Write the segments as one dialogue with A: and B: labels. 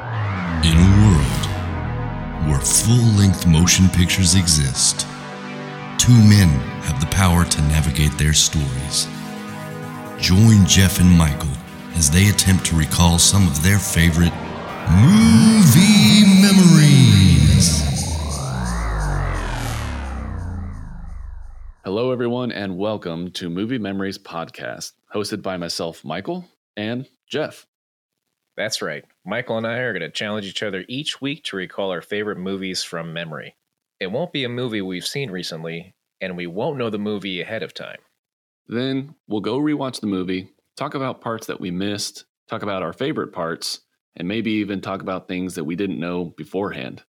A: In a world where full length motion pictures exist, two men have the power to navigate their stories. Join Jeff and Michael as they attempt to recall some of their favorite movie memories.
B: Hello, everyone, and welcome to Movie Memories Podcast, hosted by myself, Michael, and Jeff.
C: That's right. Michael and I are going to challenge each other each week to recall our favorite movies from memory. It won't be a movie we've seen recently, and we won't know the movie ahead of time.
B: Then we'll go rewatch the movie, talk about parts that we missed, talk about our favorite parts, and maybe even talk about things that we didn't know beforehand.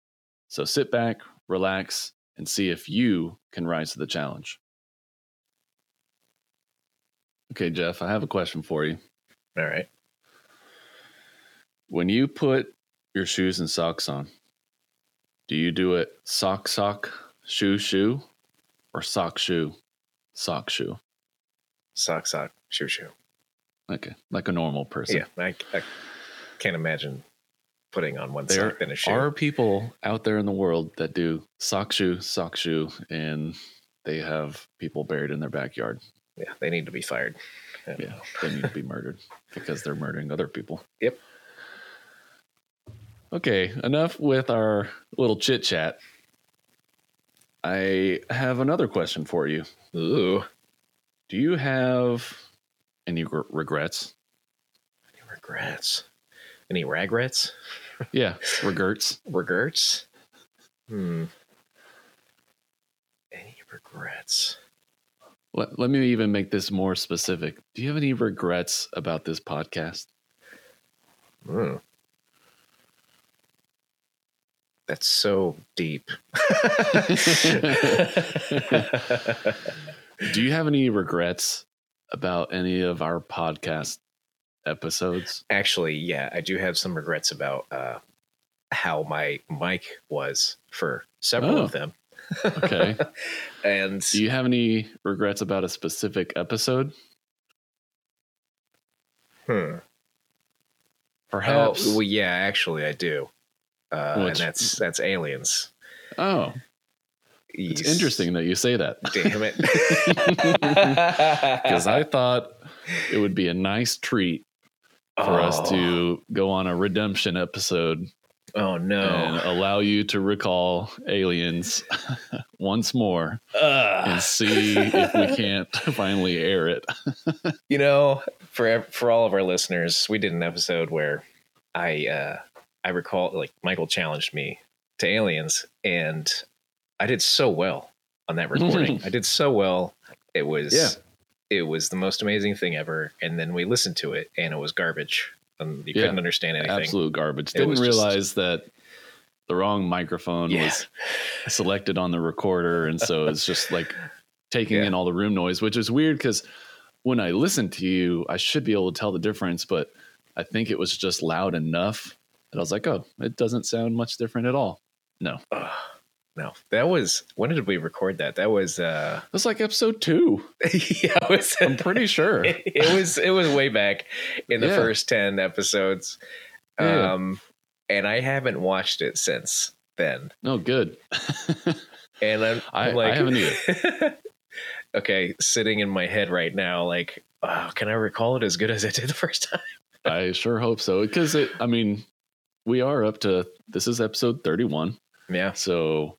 B: So sit back, relax, and see if you can rise to the challenge. Okay, Jeff, I have a question for you.
C: All right.
B: When you put your shoes and socks on, do you do it sock, sock, shoe, shoe, or sock, shoe, sock, shoe?
C: Sock, sock, shoo, shoo.
B: Okay, like a normal person.
C: Yeah, I, I can't imagine putting on one
B: There
C: sock than a shoe.
B: are people out there in the world that do sock, shoe, sock, shoe, and they have people buried in their backyard.
C: yeah, they need to be fired.
B: Yeah, they need to be murdered because they're murdering other people.
C: Yep.
B: Okay, enough with our little chit chat. I have another question for you.
C: Ooh,
B: Do you have any gr- regrets?
C: any regrets? Any regrets?
B: Yeah, regrets.
C: Regrets? Hmm. Any regrets?
B: Let, let me even make this more specific. Do you have any regrets about this podcast?
C: Hmm. That's so deep.
B: Do you have any regrets about any of our podcast episodes?
C: Actually, yeah, I do have some regrets about uh, how my mic was for several
B: Oh.
C: of them.
B: Okay.
C: And
B: Do you have any regrets about a specific episode?
C: hmm. oh,
B: Perhaps.
C: well, yeah, actually, I do. Uh,
B: Well,
C: and
B: it's-
C: that's that's aliens.
B: oh, it's
C: Yes.
B: interesting that you say that.
C: Damn it!
B: Because I thought it would be a nice treat for us to go on a redemption episode
C: Oh
B: and
C: no!
B: allow you to recall aliens once more
C: Ugh.
B: and see if we can't finally air it.
C: you know for for all of our listeners we did an episode where i uh i recall like michael challenged me to aliens and i did so well on that recording i did so well it was
B: Yeah.
C: it was the most amazing thing ever and then we listened to it and it was garbage and you
B: Yeah,
C: couldn't understand anything
B: Absolute garbage.
C: It
B: Didn't
C: was just-
B: realize that the wrong microphone
C: Yeah.
B: was selected on the recorder, and so it's just like taking
C: Yeah.
B: in all the room noise, which is weird because when I listen to you, I should be able to tell the difference, but I think it was just loud enough that I was like, oh, it doesn't sound much different at all.
C: Ugh. no that was when did we record that that was uh
B: It's like episode two.
C: yeah it was
B: I'm pretty sure.
C: it, it was it was way back in the
B: Yeah.
C: first 10 episodes
B: Yeah.
C: um and i haven't watched it since then
B: No, good.
C: and i'm,
B: I-
C: I'm like
B: I haven't
C: okay sitting in my head right now like wow, can i recall it as good as i did the first time
B: I sure hope so. Because it, I mean, we are up to this is episode 31.
C: yeah
B: So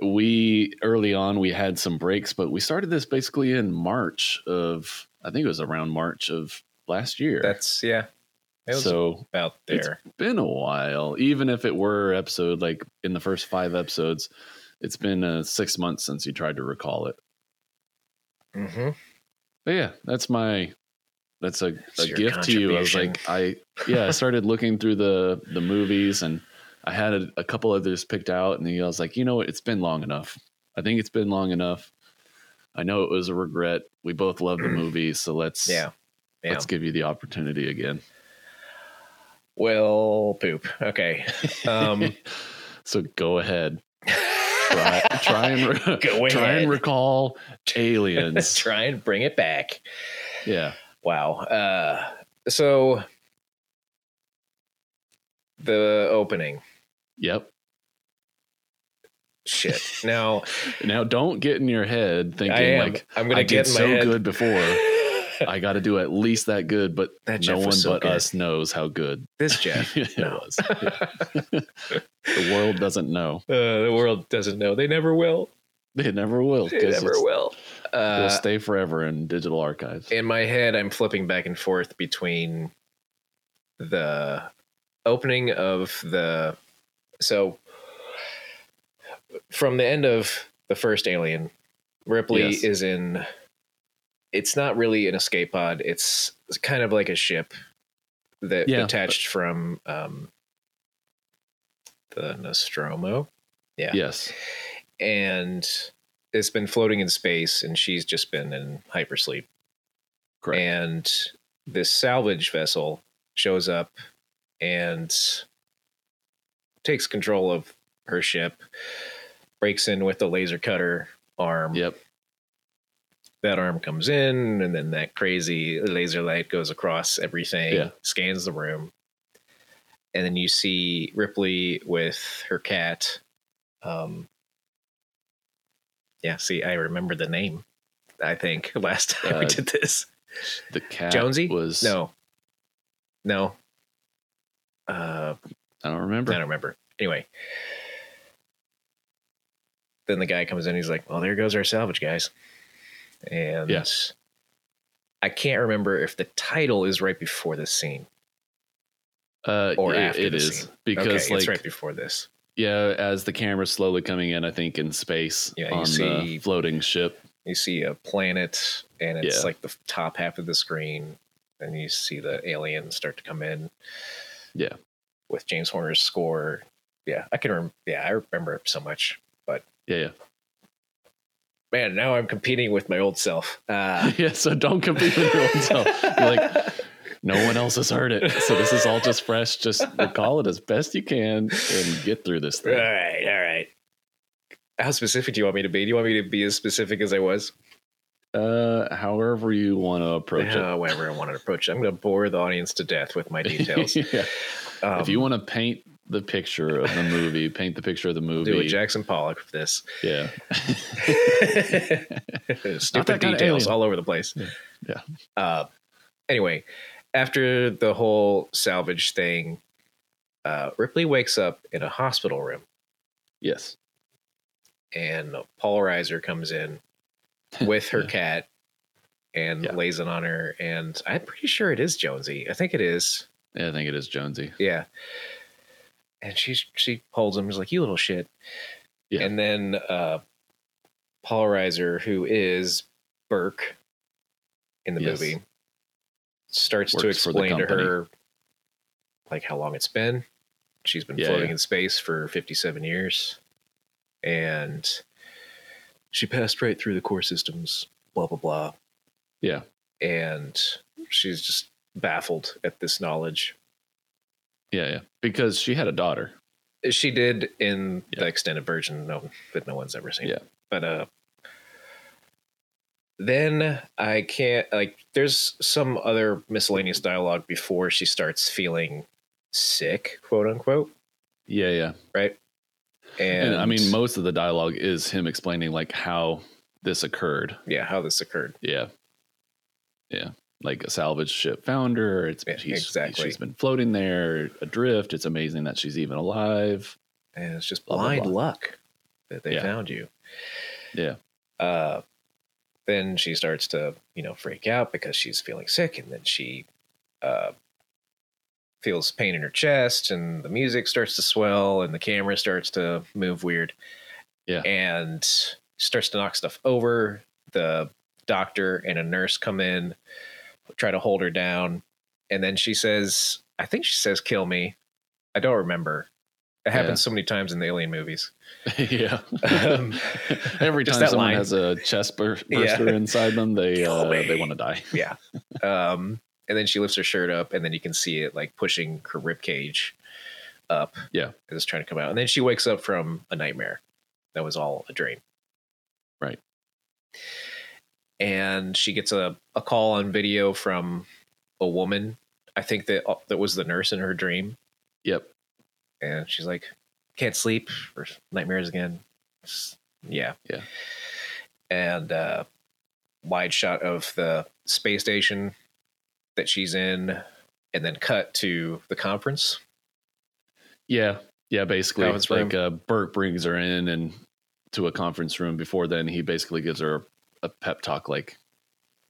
B: we early on we had some breaks, but we started this basically in March of I think it was around March of last year.
C: that's yeah it was
B: so
C: about
B: it's-
C: there
B: been a while. Even if it were episode like in the first five episodes, it's been uh, six months since you tried to recall it.
C: hmm
B: But yeah, that's my that's a,
C: That's
B: a
C: your
B: gift to you. I was
C: contribution.
B: like, I yeah, I started looking through the the movies and I had a, a couple others picked out, and then I was like, you know what, it's been long enough. I think it's been long enough. I know it was a regret. We both love the movie, so let's
C: yeah yeah
B: let's give you the opportunity again.
C: well poop okay um
B: So go ahead, try, try and re-
C: Go
B: try
C: ahead.
B: and recall
C: let's
B: aliens.
C: try and bring it back
B: yeah,
C: Wow. Uh, so the opening.
B: Yep.
C: Shit. Now
B: Now don't get in your head thinking
C: I am.
B: like
C: I'm
B: I
C: gonna
B: did
C: get in my
B: so
C: head.
B: good before. I got to do at least that good, but
C: That
B: no
C: Jeff was
B: one
C: so
B: but
C: good.
B: us knows how good
C: this Jeff.
B: it
C: No.
B: was. The world doesn't know.
C: Uh, the world doesn't know. They never will.
B: It never will.
C: They
B: 'cause
C: never
B: it's-
C: will.
B: It'll
C: Uh,
B: stay forever in digital archives.
C: in my head, I'm flipping back and forth between the opening of the so from the end of the first Alien, Ripley
B: Yes.
C: is in. It's not really an escape pod. It's, it's kind of like a ship that
B: Yeah, but-
C: detached from um, the Nostromo yeah.
B: Yes.
C: and it's been floating in space and she's just been in hypersleep
B: Correct.
C: and this salvage vessel shows up and takes control of her ship breaks in with the laser cutter arm
B: yep.
C: that arm comes in and then that crazy laser light goes across everything
B: Yeah.
C: scans the room and then you see ripley with her cat um yeah see i remember the name i think last time we
B: Uh,
C: did this
B: The cat
C: jonesy
B: was
C: no no uh
B: I don't remember.
C: I don't remember. Anyway. Then the guy comes in, he's like, Well, there goes our salvage guys. And
B: Yeah.
C: I can't remember if the title is right before this scene.
B: Uh,
C: Or
B: yeah,
C: after
B: it
C: the
B: is
C: scene.
B: because
C: okay,
B: like
C: it's right before this.
B: yeah, as the camera's slowly coming in, I think in space
C: Yeah, you
B: on the
C: see-
B: floating ship.
C: You see a planet and it's
B: Yeah.
C: like the top half of the screen, and you see the aliens start to come in.
B: Yeah.
C: With James Horner's score. Yeah, I can rem- yeah, I remember so much.
B: Yeah, yeah.
C: Man, now I'm competing with my old self. Uh,
B: yeah, so don't compete with your own self. You're like, no one else has heard it. So this is all just fresh. Just recall it as best you can and get through this
C: All
B: thing.
C: right, all right. How specific do you want me to be? Do you want me to be as specific as I was?
B: Uh, however you want to approach it.
C: However, Uh, I want to approach it. I'm going to bore the audience to death with my details.
B: yeah.
C: Um,
B: if you want to paint the picture of the movie, paint the picture of the
C: to
B: movie.
C: do a Jackson Pollock for this,
B: Yeah.
C: stupid
B: kind of
C: details
B: alien.
C: all over the place.
B: Yeah. Yeah.
C: Uh, anyway, after the whole salvage thing, uh, Ripley wakes up in a hospital room,
B: Yes.
C: and a polarizer comes in with her
B: Yeah.
C: cat and
B: Yeah.
C: lays it on her. And I'm pretty sure it is Jonesy. I think it is.
B: Yeah, I think it is Jonesy.
C: Yeah. And she she holds him. He's like, "You little shit."
B: Yeah.
C: And then uh, Polarizer, who is Burke in the
B: Yes.
C: movie, starts to
B: Works for the
C: explain to
B: company.
C: her like how long it's been. She's been
B: Yeah,
C: floating
B: yeah.
C: in space for fifty-seven years, and she passed right through the core systems. Blah blah blah.
B: Yeah.
C: And she's just baffled at this knowledge.
B: Yeah, yeah. Because she had a daughter.
C: She did in
B: Yeah.
C: the extended version, no, that no one's ever seen.
B: Yeah.
C: But uh, then I can't like. There's some other miscellaneous dialogue before she starts feeling sick, quote unquote.
B: Yeah, yeah.
C: And,
B: And, I mean, most of the dialogue is him explaining like how this occurred.
C: yeah, how this occurred.
B: Yeah. Yeah. Like a salvage ship founder. It's
C: Yeah,
B: she's,
C: exactly.
B: She's been floating there adrift. It's amazing that she's even alive.
C: And it's just
B: Blah, blah,
C: blind
B: blah.
C: luck that they
B: Yeah.
C: found you.
B: Yeah.
C: Uh, then she starts to, you know, freak out because she's feeling sick, and then she uh, feels pain in her chest, and the music starts to swell, and the camera starts to move weird.
B: Yeah.
C: And starts to knock stuff over. The doctor and a nurse come in, try to hold her down, and then she says, "I think she says, kill me." I don't remember. It happens
B: Yeah.
C: so many times in the Alien movies.
B: yeah.
C: Um,
B: Every
C: just
B: time
C: that
B: someone
C: line.
B: has a chest bur-
C: Yeah.
B: burster inside them, they
C: Kill
B: uh,
C: me.
B: they want to die.
C: yeah. Um, and then she lifts her shirt up, and then you can see it like pushing her rib cage up.
B: Yeah.
C: and it's trying to come out. And then she wakes up from a nightmare that was all a dream.
B: Right.
C: And she gets a, a call on uh, video from a woman. I think that that was the nurse in her dream
B: Yep.
C: and she's like, can't sleep or nightmares again. Just- yeah.
B: Yeah.
C: And uh, wide shot of the space station that she's in, and then cut to the conference.
B: Yeah, yeah. Basically,
C: Conference
B: like uh, Burke brings her in and to a conference room. Before then, he basically gives her a pep talk, like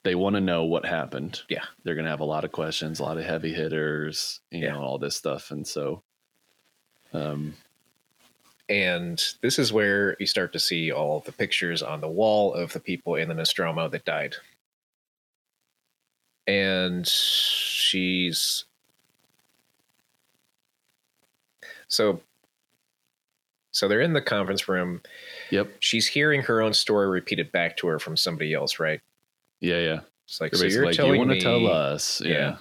B: they want to know what happened.
C: Yeah.
B: they're gonna have a lot of questions, a lot of heavy hitters, you
C: Yeah.
B: know, all this stuff, and so, um,
C: And this is where you start to see all the pictures on the wall of the people in the Nostromo that died. And she's. So. So they're in the conference room.
B: yep,
C: She's hearing her own story repeated back to her from somebody else, right?
B: yeah, yeah.
C: It's like,
B: They're
C: so
B: basically
C: you're
B: like, you
C: telling
B: want to
C: me
B: tell us, yeah.
C: Yeah.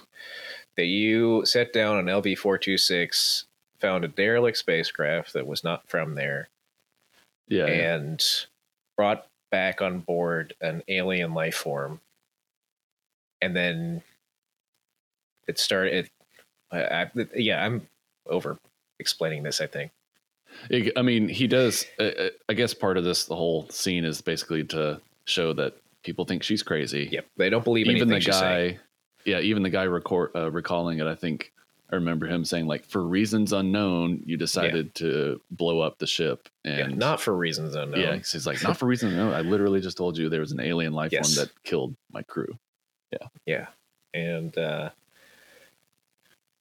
C: that you set down on LB-426, found a derelict spacecraft that was not from there,
B: yeah, yeah.
C: and brought back on board an alien life form. And then it started. I, I, yeah, I'm over explaining this. I think.
B: It, I mean, he does. uh, Uh, I guess part of this, the whole scene is basically to show that people think she's crazy.
C: Yep, they don't believe
B: even the
C: anything she's saying.
B: guy, yeah, even the guy record, uh, recalling it. I think I remember him saying, like, for reasons unknown, you decided to blow up the ship,
C: Yeah,
B: and
C: not for reasons unknown.
B: yeah, 'cause he's like, not for reasons unknown. I literally just told you there was an alien life
C: Yes.
B: form that killed my crew.
C: Yeah. And uh,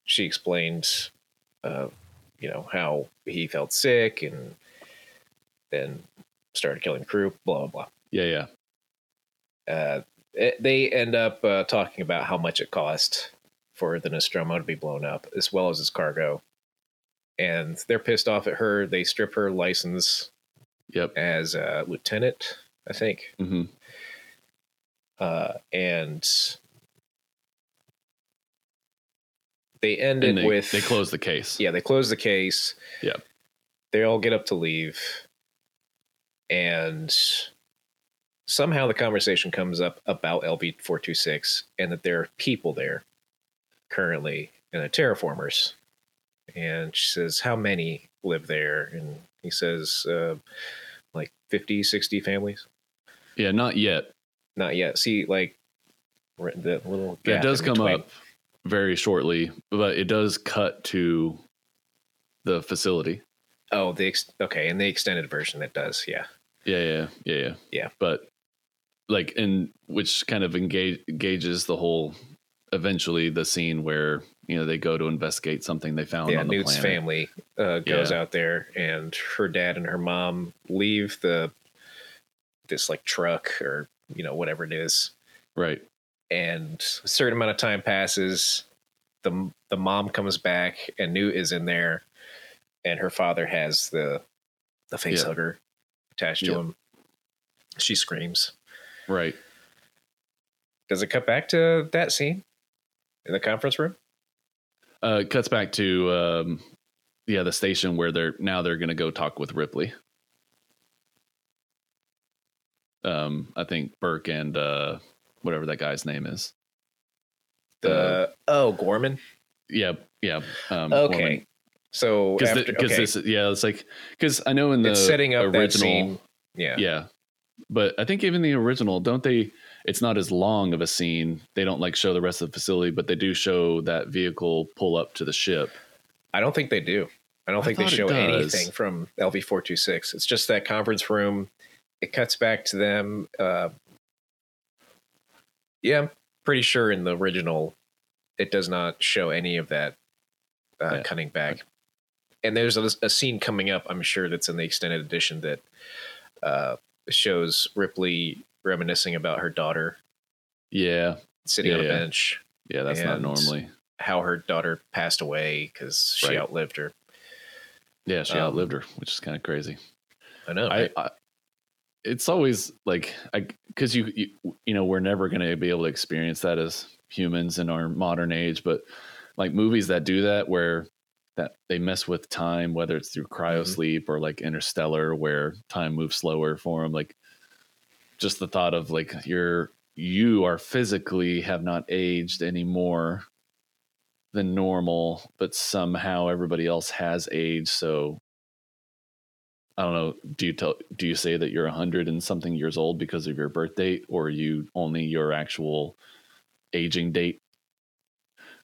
C: she explained, uh, you know, how he felt sick and then started killing crew, blah, blah,
B: Yeah, yeah,
C: blah. Uh, it- they end up uh, talking about how much it cost for the Nostromo to be blown up, as well as his cargo. And they're pissed off at her. They strip her license
B: yep.
C: as a lieutenant, I think.
B: hmm
C: uh, and they end
B: And
C: it
B: they,
C: with
B: they close the case.
C: Yeah, they close the case.
B: Yeah.
C: they all get up to leave, and somehow the conversation comes up about LB four two six and that there are people there currently in the terraformers. And she says, "How many live there?" And he says, uh, "Like 50, 60 families."
B: yeah, not yet.
C: not yet. See, like r- the little
B: It
C: gap
B: does
C: in
B: come
C: between.
B: up very shortly, but it does cut to the facility.
C: Oh, the ex- okay, in the extended version, it does. Yeah,
B: Yeah, yeah, yeah, yeah.
C: Yeah.
B: But like and which kind of engage engages the whole eventually the scene where, you know, they go to investigate something they found
C: yeah.
B: on the
C: Newt's
B: planet.
C: family uh, goes
B: Yeah.
C: out there, and her dad and her mom leave the this like truck or you know whatever it is,
B: Right.
C: and a certain amount of time passes. the m- The mom comes back, and Newt is in there, and her father has the the face
B: Yeah.
C: hugger attached to
B: Yeah.
C: him. She screams.
B: Right.
C: Does it cut back to that scene in the conference room?
B: Uh it cuts back to um yeah, the station where they're now they're gonna go talk with Ripley. Um, I think Burke and uh whatever that guy's name is. Uh,
C: The oh Gorman.
B: Yeah, yeah. Um
C: Okay,
B: woman.
C: so
B: because
C: after, okay.
B: this yeah it's like because i know in the
C: it's setting up
B: original
C: that scene. Yeah,
B: yeah. but i think even the original don't they it's not as long of a scene they don't like show the rest of the facility but they do show that vehicle pull up to the ship
C: I don't think they do. I don't
B: I
C: think they
B: thought it
C: show
B: does.
C: anything from LV four two six. It's just that conference room. It cuts back to them. Uh, yeah, I'm pretty sure in the original, it does not show any of that uh,
B: Yeah.
C: cutting back. And there's a, a scene coming up, I'm sure, that's in the extended edition that uh, shows Ripley reminiscing about her daughter
B: yeah
C: sitting on a
B: Yeah, yeah.
C: bench,
B: yeah that's
C: And-
B: not normally
C: how her daughter passed away because she
B: Right.
C: outlived her.
B: yeah she
C: Um,
B: outlived her which is kind of crazy
C: I know.
B: I,
C: right?
B: I it's always like i because you, you you know we're never going to be able to experience that as humans in our modern age but like movies that do that where that they mess with time whether it's through cryo
C: Mhm.
B: sleep or like interstellar where time moves slower for them like just the thought of like you're you are physically have not aged anymore than normal, but somehow everybody else has age. So I don't know. Do you tell? Do you say that you're a hundred and something years old because of your birth date, or you only your actual aging date?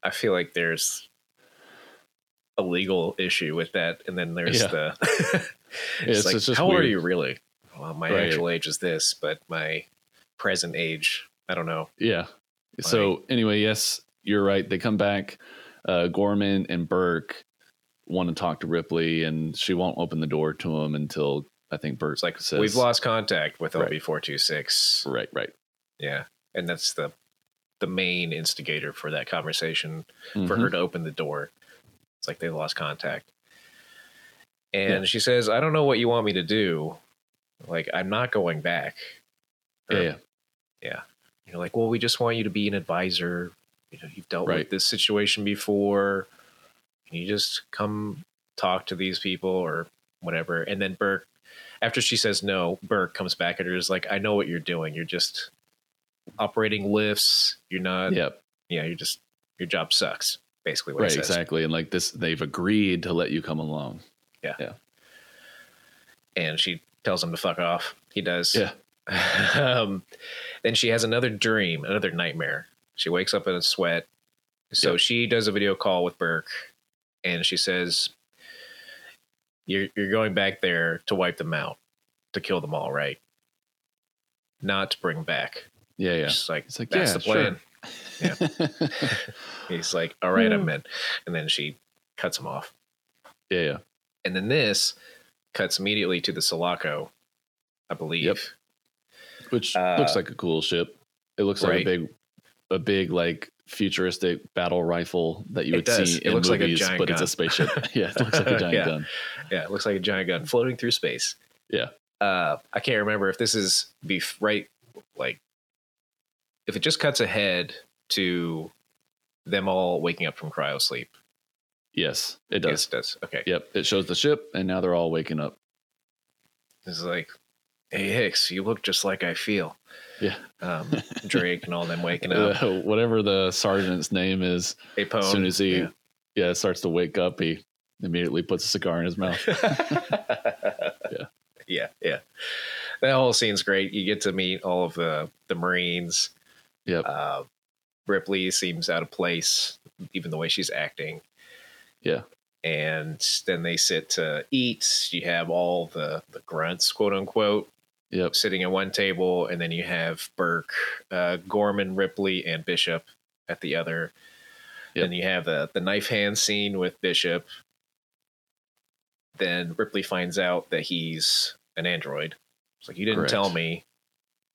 C: I feel like there's a legal issue with that, and then there's
B: Yeah.
C: the it's,
B: It's-
C: like,
B: it's just
C: how old
B: weird.
C: are you really? Well, my
B: Right.
C: actual age is this, but my present age, I don't know.
B: Yeah. So anyway, yes, you're right. They come back. Uh, Gorman and Burke want to talk to Ripley, and she won't open the door to him until I think Burke
C: It's like
B: says,
C: we've lost contact with
B: Right.
C: OB four two six.
B: Right, right.
C: Yeah, and that's the the main instigator for that conversation
B: Mm-hmm.
C: for her to open the door. It's like they lost contact. And
B: Yeah.
C: she says, I don't know what you want me to do. Like, I'm not going back.
B: Yeah,
C: Or-
B: yeah.
C: You're like, well, we just want you to be an advisor. You know, you've dealt
B: Right.
C: with this situation before. Can you just come talk to these people or whatever? And then Burke, after she says no, Burke comes back at her is like, I know what you're doing. You're just operating lifts. You're not, yeah,
B: Yep.
C: you're just, your job sucks, basically what
B: Right,
C: he says.
B: exactly. And like this, they've agreed to let you come along.
C: and she tells him to fuck off. He does.
B: Yeah.
C: um, then she has another dream, another nightmare. She wakes up in a sweat. So
B: Yeah.
C: she does a video call with Burke, and she says, "You're you're going back there to wipe them out, to kill them all, right? Not to bring back."
B: Yeah, yeah.
C: She's like,
B: It's like,
C: "That's
B: yeah,
C: the plan."
B: yeah.
C: He's like, "All right, I'm
B: Yeah.
C: in," and then she cuts him off.
B: yeah, yeah.
C: And then this cuts immediately to the Sulaco, I believe.
B: Which
C: Uh,
B: looks like a cool ship. It looks like a
C: right.
B: big, a big like futuristic battle rifle that you
C: It
B: would
C: does.
B: see
C: It
B: in
C: looks like a
B: movies,
C: giant
B: but it's
C: gun.
B: a spaceship. yeah, it looks like a giant
C: Yeah.
B: gun.
C: Yeah, it looks like a giant gun floating through space.
B: Yeah.
C: Uh, I can't remember if this is bef- right, like, if it just cuts ahead to them all waking up from cryo sleep.
B: Yes, it does.
C: Yes, it does. Okay.
B: Yep, it shows the ship, and now they're all waking up.
C: It's like, hey, Hicks, you look just like I feel.
B: Yeah.
C: Um, Drake and all them waking up.
B: Uh, whatever the sergeant's name is,
C: Hey, Pone.
B: as soon as he
C: Yeah.
B: yeah. starts to wake up, he immediately puts a cigar in his mouth.
C: yeah. Yeah. Yeah. That whole scene's great. You get to meet all of the, the Marines.
B: Yep,
C: Uh, Ripley seems out of place, even the way she's acting.
B: Yeah.
C: And then they sit to eat. You have all the, the grunts, quote unquote,
B: yep,
C: sitting at one table. And then you have Burke, uh, Gorman, Ripley, and Bishop at the other.
B: Yep.
C: Then you have uh, the, the knife hand scene with Bishop. Then Ripley finds out that he's an android. It's like, you didn't
B: Correct.
C: tell me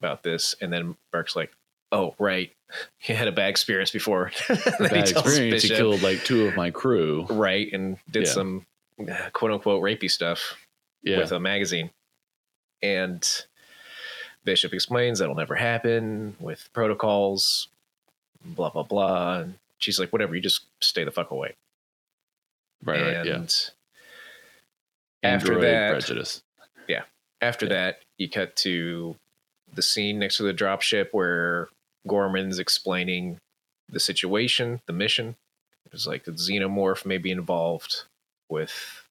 C: about this. And then Burke's like, oh, right. He had a bad experience before. And then he
B: bad
C: tells
B: experience. He
C: Bishop,
B: killed like two of my crew.
C: Right. And did
B: Yeah.
C: some uh, quote unquote rapey stuff
B: Yeah,
C: with a magazine. And Bishop explains that'll never happen with protocols, blah, blah, blah. And she's like, whatever, you just stay the fuck away.
B: right, right,
C: and
B: yeah.
C: after
B: Android
C: that-
B: prejudice.
C: after that, you cut to the scene next to the dropship where Gorman's explaining the situation, the mission. It was like the xenomorph may be involved with,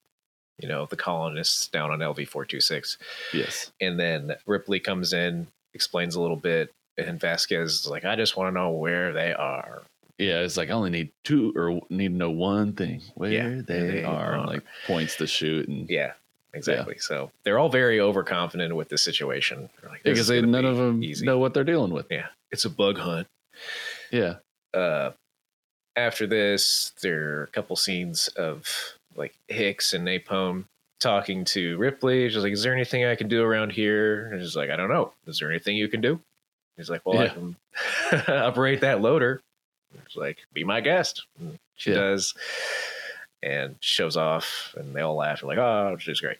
C: you know, the colonists down on LV 426.
B: Yes,
C: And then Ripley comes in, explains a little bit, and Vasquez is like, I just want to know where they are.
B: yeah. It's like I only need two or need to know one thing: where
C: Yeah,
B: they,
C: they
B: are.
C: are.
B: Like points to shoot, and
C: Yeah, exactly. So they're all very overconfident with this situation. They're like, "This
B: because
C: is
B: they,
C: gonna
B: none
C: be
B: of them
C: easy."
B: know what they're dealing with.
C: Yeah, it's a bug hunt.
B: Yeah,
C: Uh, after this, there are a couple scenes of like Hicks and Napalm talking to Ripley. She's like, "Is there anything I can do around here?" And she's like, "I don't know. Is there anything you can do?" He's like, "Well, I
B: Yeah.
C: can operate that loader." She's like, "Be my guest." And she
B: Yeah.
C: does, and shows off, and they all laugh. They're like, "Oh, she's great."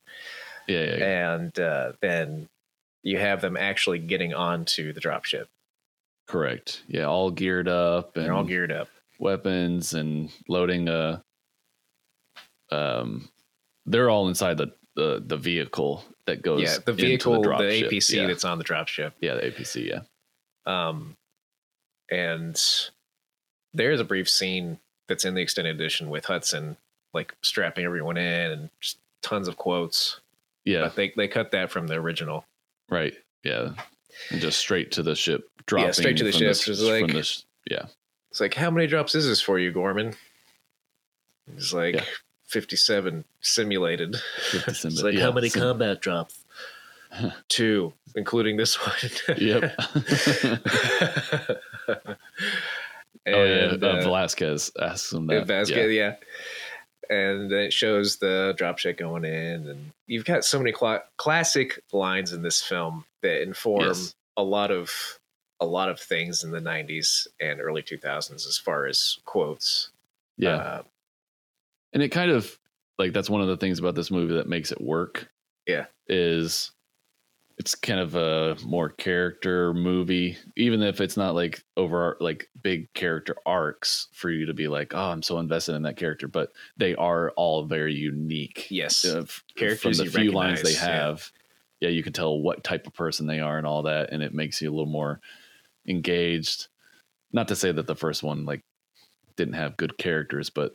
B: yeah, yeah. yeah.
C: And uh, then you have them actually getting onto the dropship.
B: Correct. Yeah, all geared up and
C: They're all geared up.
B: weapons and loading a um they're all inside the the, the vehicle that goes
C: Yeah, the
B: into
C: vehicle, the,
B: drop ship.
C: APC
B: yeah.
C: that's on the dropship.
B: yeah the apc yeah
C: Um, and there's a brief scene that's in the extended edition with Hudson, like strapping everyone in and just tons of quotes.
B: Yeah,
C: But they they cut that from the original.
B: right. Yeah, and just straight to the ship, dropping
C: straight to the
B: from
C: ship,
B: s-
C: just like-
B: from the sh- yeah,
C: It's like, how many drops is this for you, Gorman? He's like
B: Yeah.
C: fifty-seven simulated.
B: It's
C: It's like how many combat drops? Two, including this one.
B: Yep. oh yeah,
C: And,
B: uh,
C: uh,
B: Velasquez asks him that.
C: Vasquez, yeah. And then it shows the dropship going in, and you've got so many cla classic lines in this film that inform
B: Yes.
C: a lot of a lot of things in the '90s and early 2000s as far as quotes.
B: yeah.
C: Uh,
B: and it kind of like that's one of the things about this movie that makes it work
C: Yeah.
B: is it's kind of a more character movie even if it's not like over like big character arcs for you to be like oh i'm so invested in that character but they are all very unique
C: yes,
B: uh, f-
C: Characters
B: from
C: you
B: the few lines they
C: recognize, yeah.
B: have yeah. you can tell what type of person they are and all that and it makes you a little more engaged not to say that the first one like didn't have good characters but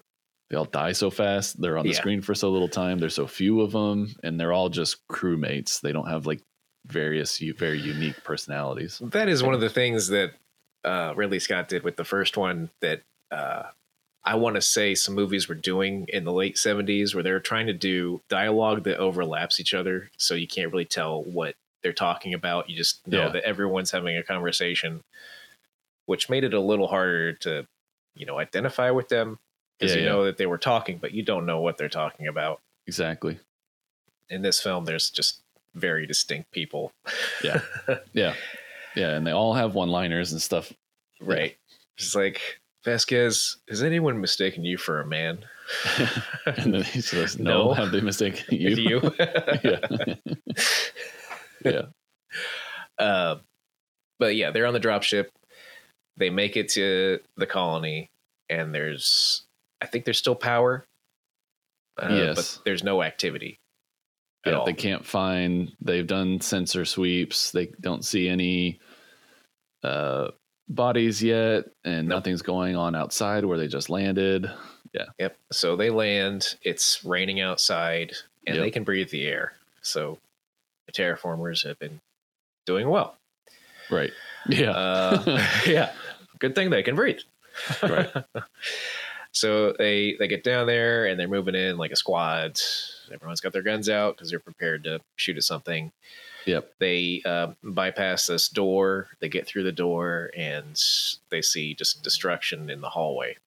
B: they all die so fast they're on the
C: Yeah.
B: screen for so little time there's so few of them and they're all just crewmates they don't have like various u- very unique personalities
C: that is one of the things that uh, Ridley Scott did with the first one that uh, I want to say some movies were doing in the late 70s where they're trying to do dialogue that overlaps each other so you can't really tell what they're talking about. You just know
B: Yeah.
C: that everyone's having a conversation, which made it a little harder to, you know, identify with them because
B: Yeah,
C: you
B: yeah.
C: know that they were talking, but you don't know what they're talking about.
B: exactly
C: In this film, there's just very distinct people.
B: Yeah. yeah yeah and they all have one liners and stuff
C: Right. It's like, Vasquez, has anyone mistaken you for a man?
B: and then he says no,
C: No.
B: have they mistaken you,
C: With you?
B: yeah yeah
C: Uh, but yeah, they're on the dropship. They make it to the colony, and there's, I think there's still power. Uh,
B: Yes.
C: But there's no activity. at
B: yeah,
C: all.
B: they can't find they've done sensor sweeps they don't see any uh bodies yet and
C: Nope.
B: nothing's going on outside where they just landed
C: Yep. So they land. It's raining outside, and
B: Yep.
C: they can breathe the air. So the terraformers have been doing well.
B: right yeah
C: Uh, yeah. Good thing they can breathe.
B: right
C: So they they get down there and they're moving in like a squad. Everyone's got their guns out because they're prepared to shoot at something.
B: yep
C: They uh, bypass this door. They get through the door and they see just destruction in the hallway.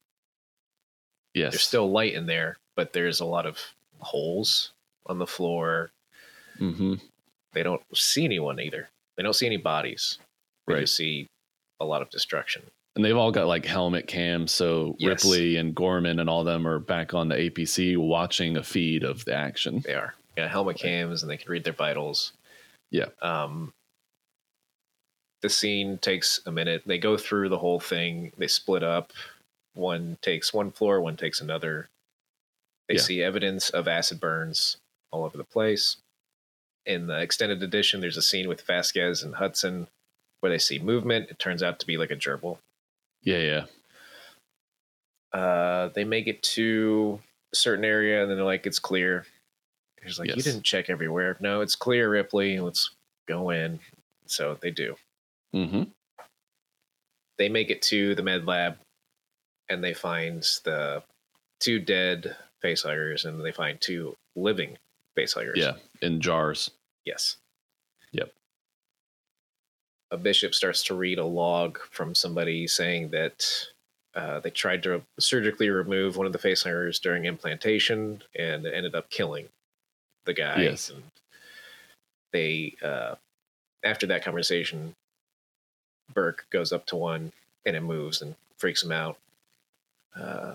B: yes
C: There's still light in there, but there's a lot of holes on the floor.
B: hmm
C: They don't see anyone either. They don't see any bodies. They
B: Right.
C: just see a lot of destruction.
B: and they've all got like helmet cams so
C: Yes.
B: ripley and gorman and all them are back on the apc watching a feed of the action
C: They are. Yeah, helmet cams and they can read their vitals.
B: Yeah.
C: Um the scene takes a minute. They go through the whole thing. They split up. One takes one floor, one takes another. They
B: Yeah.
C: see evidence of acid burns all over the place. In the extended edition, there's a scene with Vasquez and Hudson where they see movement. It turns out to be like a gerbil.
B: yeah yeah
C: Uh, they make it to a certain area and then they're like, it's clear. He's like, you
B: Yes.
C: didn't check everywhere. No, it's clear, Ripley. Let's go in. So they do.
B: hmm
C: They make it to the med lab and they find the two dead face huggers and they find two living face huggers.
B: yeah in jars
C: Yes.
B: Yep.
C: A bishop starts to read a log from somebody saying that uh, they tried to surgically remove one of the face huggers during implantation and it ended up killing the guy.
B: Yes.
C: And they, uh, after that conversation, Burke goes up to one and it moves and freaks him out. Uh,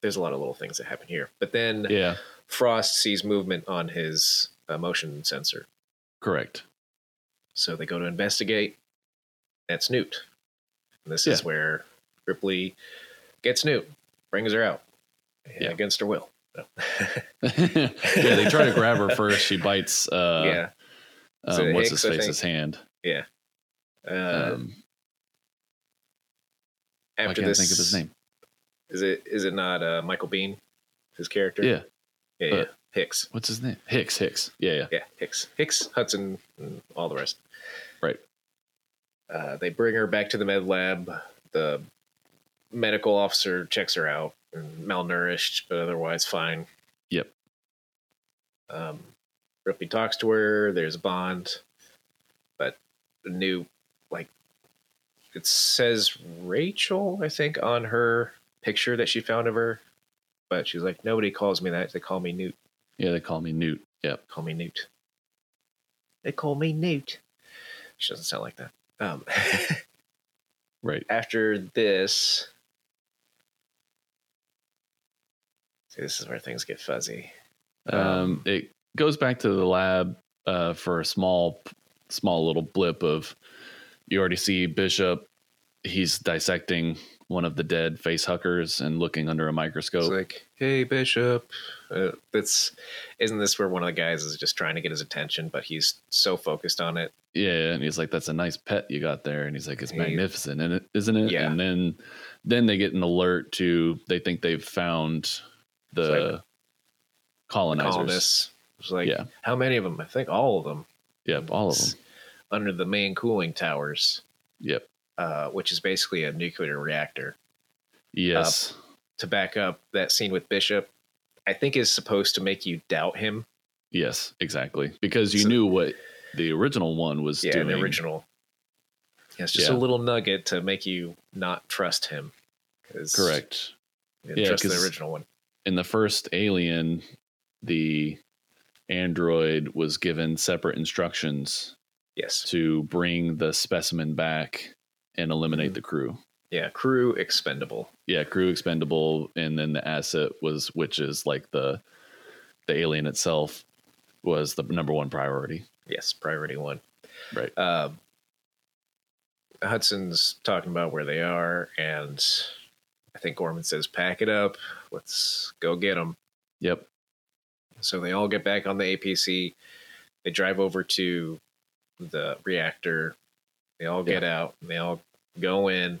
C: there's a lot of little things that happen here. But then
B: yeah
C: Frost sees movement on his uh, motion sensor.
B: correct
C: So they go to investigate. That's Newt. And this is
B: Yeah.
C: where Ripley gets Newt, brings her out
B: Yeah.
C: yeah. against her will.
B: yeah they try to grab her first she bites uh
C: yeah.
B: um,
C: So
B: what's
C: Hicks,
B: his
C: I
B: face
C: think.
B: his hand
C: Uh,
B: um
C: after
B: I can't
C: this,
B: think of his name.
C: Is it is it not uh, Michael Bean, his character?
B: Yeah.
C: yeah,
B: uh,
C: yeah. Hicks.
B: What's his name? Hicks. Hicks. Yeah, yeah.
C: Yeah, Hicks, Hicks, Hudson, and all the rest.
B: Right.
C: Uh, they bring her back to the med lab. The medical officer checks her out, and malnourished but otherwise fine.
B: Yep.
C: Um, Ruffy talks to her. There's a bond, but the new like it says Rachel, I think, on her picture that she found of her. But she's like, nobody calls me that. They call me Newt.
B: Yeah, they call me Newt. Yep.
C: Call me Newt. They call me Newt. She doesn't sound like that. Um,
B: Right.
C: after this, see, this is where things get fuzzy.
B: Um, it goes back to the lab uh, for a small, small little blip of. You already see Bishop. He's dissecting one of the dead face huckers and looking under a microscope.
C: It's like, hey, Bishop. Uh, that's isn't this where one of the guys is just trying to get his attention, but he's so focused on it.
B: yeah and he's like that's a nice pet you got there and he's like it's
C: Hey.
B: magnificent and it isn't it
C: Yeah.
B: and then then they get an alert to they think they've found the colonizers
C: Colonists. It's like,
B: Yeah.
C: how many of them? I think all of them.
B: yep all of them
C: It's Under the main cooling towers,
B: yep
C: uh, which is basically a nuclear reactor.
B: yes
C: to back up that scene with Bishop, I think is supposed to make you doubt him.
B: yes exactly because you
C: So-
B: knew what the original one was
C: Yeah, in
B: doing
C: the original. Yeah, it's just
B: Yeah.
C: a little nugget to make you not trust him. 'Cause
B: correct
C: you
B: Yeah,
C: trust the
B: 'cause-
C: original one.
B: in the first alien the android was given separate instructions
C: Yes.
B: to bring the specimen back and
C: Mm-hmm.
B: eliminate the crew
C: Yeah. Crew expendable.
B: yeah crew expendable and then the asset was which is like the the alien itself was the number one priority
C: Yes. Priority one.
B: right
C: Um, Hudson's talking about where they are, and I think Gorman says, "Pack it up. Let's go get them."
B: yep
C: So they all get back on the APC. They drive over to the reactor. They all get out. And they all go in.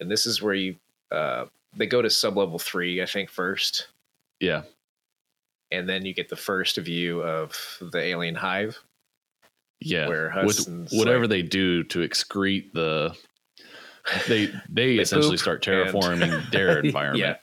C: And this is where you uh, they go to sub level three, I think, first.
B: yeah
C: And then you get the first view of the alien hive.
B: yeah
C: Where
B: with
C: Hudson's
B: whatever
C: like-
B: they do to excrete the they they,
C: They
B: essentially
C: poop
B: start
C: and-
B: terraforming their environment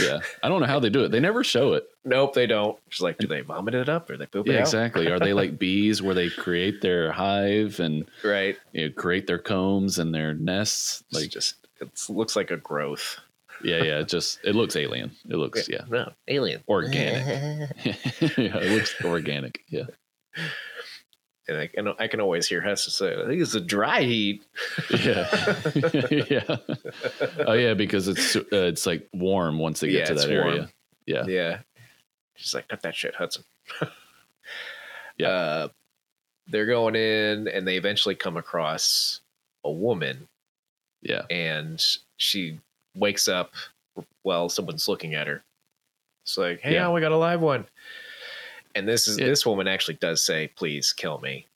B: yeah. i don't know how they do it they never show it
C: Nope, they don't. She's like, do they vomit it up or they poop it
B: yeah
C: out?
B: exactly are they like bees where they create their hive and
C: Right.
B: you know, create their combs and their nests
C: Like
B: like
C: just it looks like a growth.
B: yeah yeah it just it looks alien it looks yeah
C: No. Alien.
B: Organic. yeah, it looks organic. Yeah.
C: and I can I can always hear Hudson say, I think it's a dry heat.
B: Yeah. yeah. Oh yeah, because it's uh, it's like warm once they get
C: Yeah,
B: to
C: it's
B: that
C: warm.
B: area. Yeah.
C: Yeah. She's like, cut that shit, Hudson.
B: Yeah.
C: Uh, they're going in and they eventually come across a woman
B: Yeah.
C: and she wakes up while someone's looking at her. It's like, hey,
B: Yeah.
C: oh, we got a live one. And this is
B: Yeah.
C: this woman actually does say, please kill me.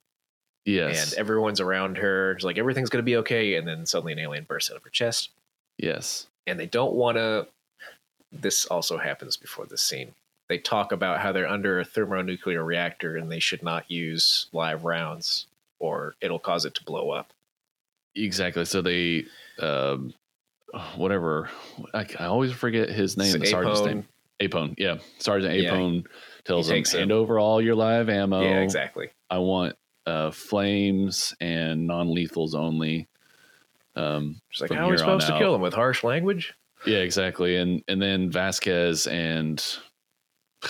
B: Yes.
C: And everyone's around her. It's like everything's gonna be okay. And then suddenly an alien bursts out of her chest.
B: yes.
C: and they don't want to. This also happens before this scene. They talk about how they're under a thermonuclear reactor and they should not use live rounds or it'll cause it to blow up.
B: Exactly. So they um whatever I, I always forget his name,
C: So
B: the sergeant's
C: Apone-
B: name. Apone. Yeah. Sergeant
C: Yeah,
B: Apone tells him
C: takes
B: hand
C: it.
B: over all your live ammo.
C: Yeah, exactly.
B: I want uh flames and non-lethals only. Um
C: She's like,
B: From
C: how are
B: here on
C: we supposed to
B: out.
C: kill them with harsh language?
B: Yeah, exactly. And and then Vasquez and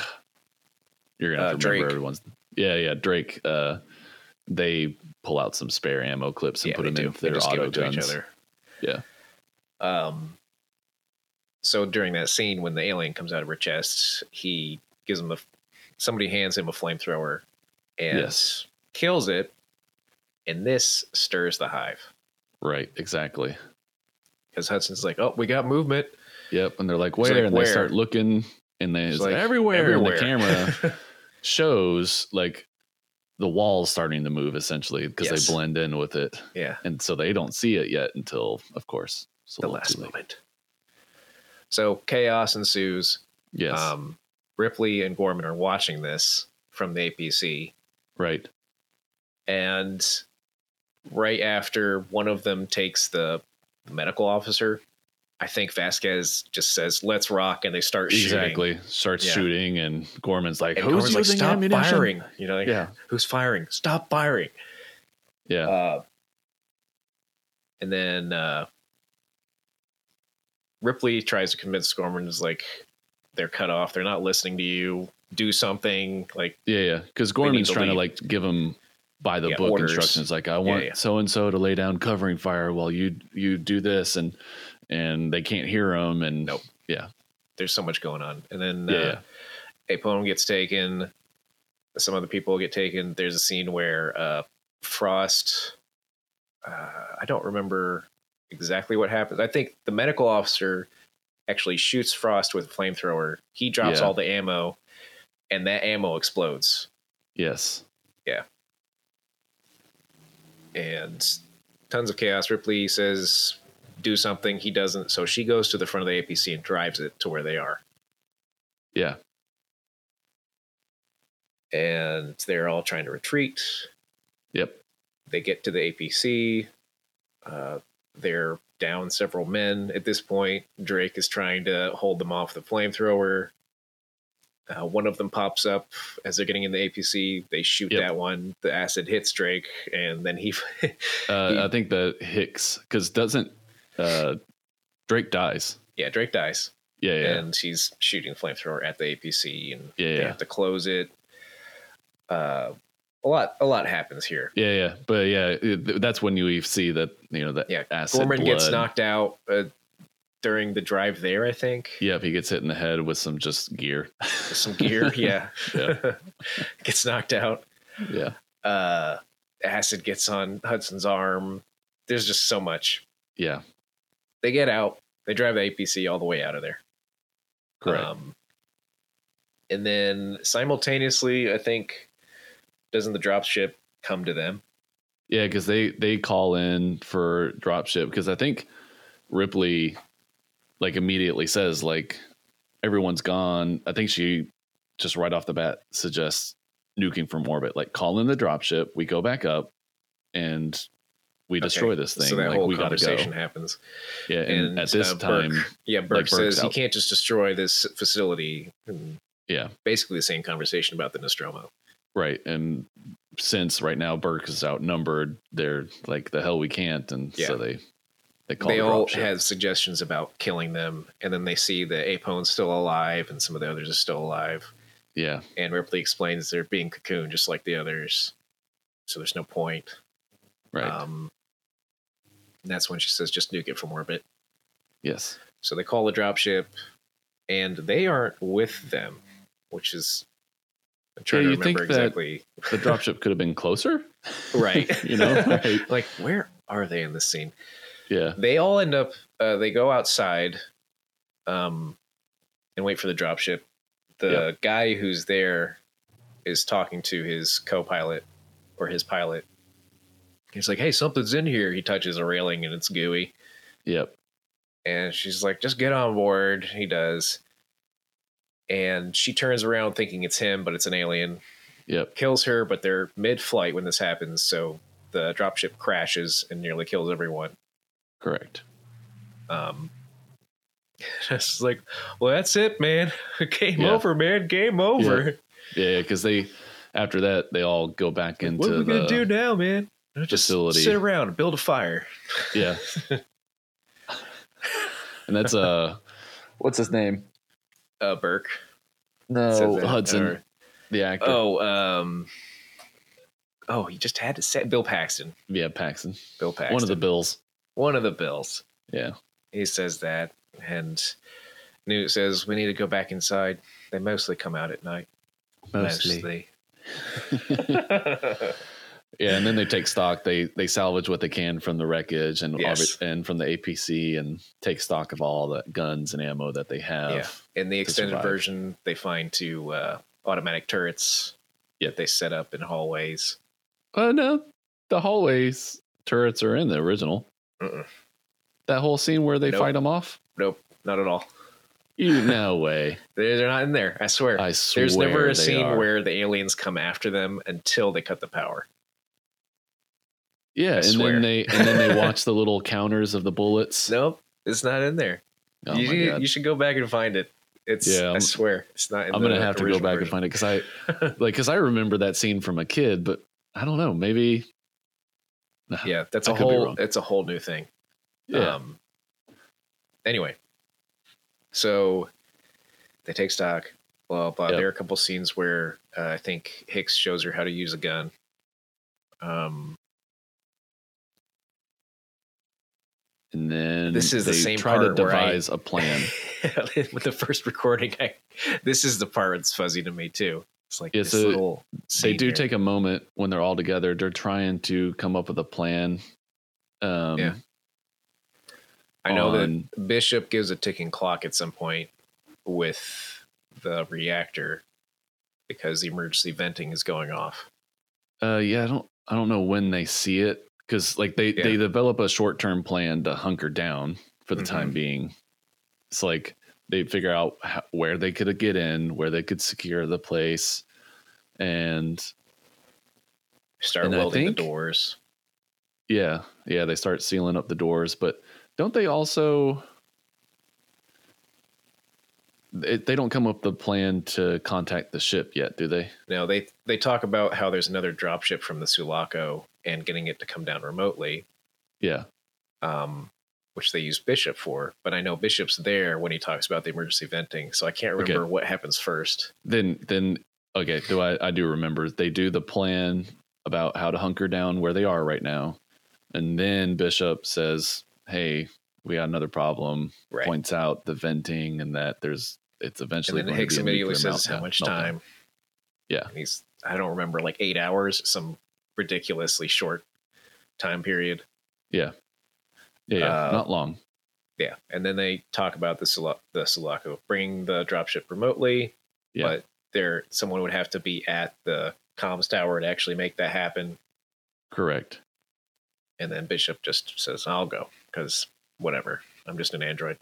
B: you're gonna have
C: Uh,
B: to remember
C: Drake.
B: everyone's. Yeah, yeah, Drake. Uh, they pull out some spare ammo clips and
C: yeah,
B: put
C: they
B: them
C: do.
B: in
C: They
B: their
C: just give
B: auto
C: it to
B: guns.
C: each other.
B: Yeah.
C: Um. So during that scene, when the alien comes out of her chest, he gives him the. Somebody hands him a flamethrower, and
B: Yes.
C: kills it. And this stirs the hive.
B: Right, exactly.
C: because Hudson's like, "Oh, we got movement."
B: Yep. And they're like,
C: He's
B: where?
C: like,
B: and
C: "Where?"
B: they start looking, and they it's
C: like,
B: everywhere.
C: everywhere.
B: And the camera shows like the walls starting to move essentially because
C: Yes.
B: they blend in with it,
C: Yeah,
B: and so they don't see it yet until, of course, it's a
C: the
B: little
C: last
B: too late.
C: moment. So chaos ensues.
B: Yes.
C: Um, Ripley and Gorman are watching this from the APC,
B: right.
C: and right after one of them takes the medical officer, I think Vasquez just says, "Let's rock," and they start shooting.
B: Exactly. Starts
C: Yeah.
B: shooting, and Gorman's like,
C: And
B: "Who's
C: Gorman's like,
B: using
C: "Stop
B: ammunition?"
C: firing!" You know, like,
B: Yeah.
C: who's firing? Stop firing!
B: Yeah.
C: Uh, and then uh, Ripley tries to convince Gorman is like, they're cut off. They're not listening to you. Do something. Like,
B: Yeah, yeah. Because Gorman's
C: to
B: trying to
C: leave.
B: like give him by the
C: Yeah,
B: book
C: orders.
B: instructions. Like, I
C: Yeah,
B: want
C: yeah.
B: so and so to lay down covering fire while you you do this, and and they can't hear him. And
C: Nope. there's so much going on. And then
B: yeah,
C: uh, Apone gets taken. Some other people get taken. There's a scene where uh, Frost. Uh, I don't remember exactly what happens. I think the medical officer actually shoots Frost with a flamethrower. He drops
B: Yeah.
C: all the ammo, and that ammo explodes.
B: yes,
C: and tons of chaos. Ripley says, "Do something." He doesn't, so she goes to the front of the APC and drives it to where they are,
B: yeah,
C: and they're all trying to retreat.
B: yep,
C: They get to the APC. Uh, they're down several men at this point. Drake is trying to hold them off the flamethrower. Uh, one of them pops up as they're getting in the APC. They shoot
B: Yep.
C: that one. The acid hits Drake, and then he
B: uh,
C: He-
B: I think the Hicks because doesn't uh, Drake dies?
C: yeah, Drake dies.
B: Yeah, yeah,
C: and he's shooting the flamethrower at the APC, and
B: Yeah,
C: they
B: yeah.
C: have to close it. Uh, a lot, a lot happens here.
B: yeah, yeah. But yeah, it- that's when you see that you know that
C: Yeah,
B: acid
C: Gorman gets
B: blood.
C: knocked out uh, during the drive there, I think.
B: Yep, he gets hit in the head with some just gear.
C: Some gear, yeah,
B: Yeah.
C: gets knocked out.
B: yeah,
C: Uh, acid gets on Hudson's arm. There's just so much.
B: yeah,
C: They get out. They drive the APC all the way out of there.
B: correct.
C: Um, and then simultaneously, I think, doesn't the dropship come to them?
B: Yeah, because they they call in for dropship because I think Ripley like immediately says like everyone's gone. I think she just right off the bat suggests nuking from orbit, like call in the dropship. We go back up and we
C: Okay,
B: destroy this thing.
C: So that
B: like
C: whole
B: we gotta go.
C: conversation happens.
B: Yeah, and,
C: And,
B: at this
C: uh, Burke-
B: time,
C: Yeah, Burke
B: Burke's
C: says
B: out.
C: he can't just destroy this facility. And
B: yeah,
C: Basically, the same conversation about the Nostromo.
B: right. And since right now Burke is outnumbered, they're like the hell we can't, and
C: Yeah.
B: so they they call
C: they
B: the
C: all
B: dropship.
C: had suggestions about killing them, and then they see that Apone's still alive and some of the others are still alive.
B: yeah,
C: And Ripley explains they're being cocooned just like the others, so there's no point.
B: right.
C: Um, and that's when she says just nuke it from orbit.
B: yes.
C: So they call the dropship, and they aren't with them, which is. I'm trying
B: Yeah,
C: to
B: you'd think
C: remember
B: that-
C: exactly.
B: the dropship could have been closer,
C: right
B: you know? Right.
C: like where are they in this scene
B: Yeah,
C: they all end up uh, they go outside um and wait for the dropship the
B: Yep.
C: guy who's there is talking to his co-pilot or his pilot he's like hey something's in here he touches a railing and it's gooey
B: yep,
C: and she's like just get on board he does and she turns around thinking it's him but it's an alien
B: yep,
C: kills her, but they're mid flight when this happens, so the dropship crashes and nearly kills everyone.
B: correct.
C: Um it's like, well, that's it, man. Game
B: Yeah.
C: over, man. Game over.
B: Yeah, because they after that they all go back into
C: what are we
B: the
C: gonna do now, man? Just
B: facility.
C: sit around, and build a fire.
B: yeah, and that's uh, what's his name?
C: Uh, Burke. said
B: No,
C: that,
B: Oh, Hudson,
C: or-
B: the actor.
C: oh, um, oh, he just had to say Bill Paxton.
B: yeah, Paxton.
C: Bill Paxton.
B: one of the Bills.
C: one of the bills.
B: Yeah,
C: he says that and newt says we need to go back inside they mostly come out at night
B: Mostly. yeah, and then they take stock. They they salvage what they can from the wreckage and
C: Yes.
B: obvi- and from the APC and take stock of all the guns and ammo that they have.
C: yeah in the extended
B: survive.
C: version they find two uh, automatic turrets
B: Yep.
C: that they set up in hallways
B: Oh no, the hallways turrets are in the original.
C: Mm-mm.
B: That whole scene where they
C: Nope.
B: fight them off.
C: nope not at all
B: You no way.
C: They're they're not in there. I swear.
B: I swear.
C: There's never
B: they
C: a scene
B: are.
C: where the aliens come after them until they cut the power.
B: Yeah, and
C: swear.
B: then they and then they watch the little counters of the bullets.
C: Nope, it's not in there.
B: Oh my
C: you,
B: God.
C: you should go back and find it. It's
B: Yeah,
C: I
B: I'm-
C: swear it's not. In
B: I'm
C: the
B: gonna have to go
C: original
B: back and
C: version.
B: find it because I like because I remember that scene from a kid, but I don't know. Maybe it.
C: Yeah, that's
B: I
C: a
B: could be
C: whole.
B: wrong.
C: It's a whole new thing.
B: yeah,
C: Um, anyway, so they take stock. Blah blah.
B: Yep.
C: There are a couple scenes where uh, I think Hicks shows her how to use a gun. Um,
B: and then
C: this is the
B: they
C: same
B: try to
C: part where I-
B: devise a plan.
C: with the first recording, I, this is the part that's fuzzy to me too. It's like
B: Yeah,
C: this
B: so
C: little.
B: they
C: scene
B: do
C: here.
B: take a moment when they're all together. They're trying to come up with a plan. Um,
C: Yeah. I know that
B: on-
C: Bishop gives a ticking clock at some point with the reactor because the emergency venting is going off.
B: Uh, yeah, I don't, I don't know when they see it because like they
C: Yeah.
B: they develop a short term plan to hunker down for the time being. It's like they figure out how, where they could get in, where they could secure the place, and
C: Start
B: And I
C: welding
B: think-
C: the doors.
B: yeah, yeah, they start sealing up the doors. But don't they also? They they don't come up with the plan to contact the ship yet, do they?
C: Now they they talk about how there's another dropship from the Sulaco and getting it to come down remotely,
B: Yeah,
C: um, which they use Bishop for. But I know Bishop's there when he talks about the emergency venting, so I can't
B: Okay.
C: remember what happens first.
B: then then okay do i i do remember they do the plan about how to hunker down where they are right now and then bishop says hey we got another problem
C: Right.
B: points out the venting and that there's it's
C: and
B: eventually
C: then
B: going to
C: Hicks
B: be a
C: immediately
B: nuclear
C: says how
B: meltdown-
C: much
B: meltdown."
C: time.
B: Yeah.
C: And he's I don't remember like eight hours, some ridiculously short time period.
B: yeah, yeah
C: Uh,
B: not long
C: Yeah, and then they talk about the Sula- the Sulaco bringing the dropship remotely,
B: Yeah.
C: but there someone would have to be at the comms tower to actually make that happen.
B: correct
C: And then Bishop just says, "I'll go because whatever, I'm just an android."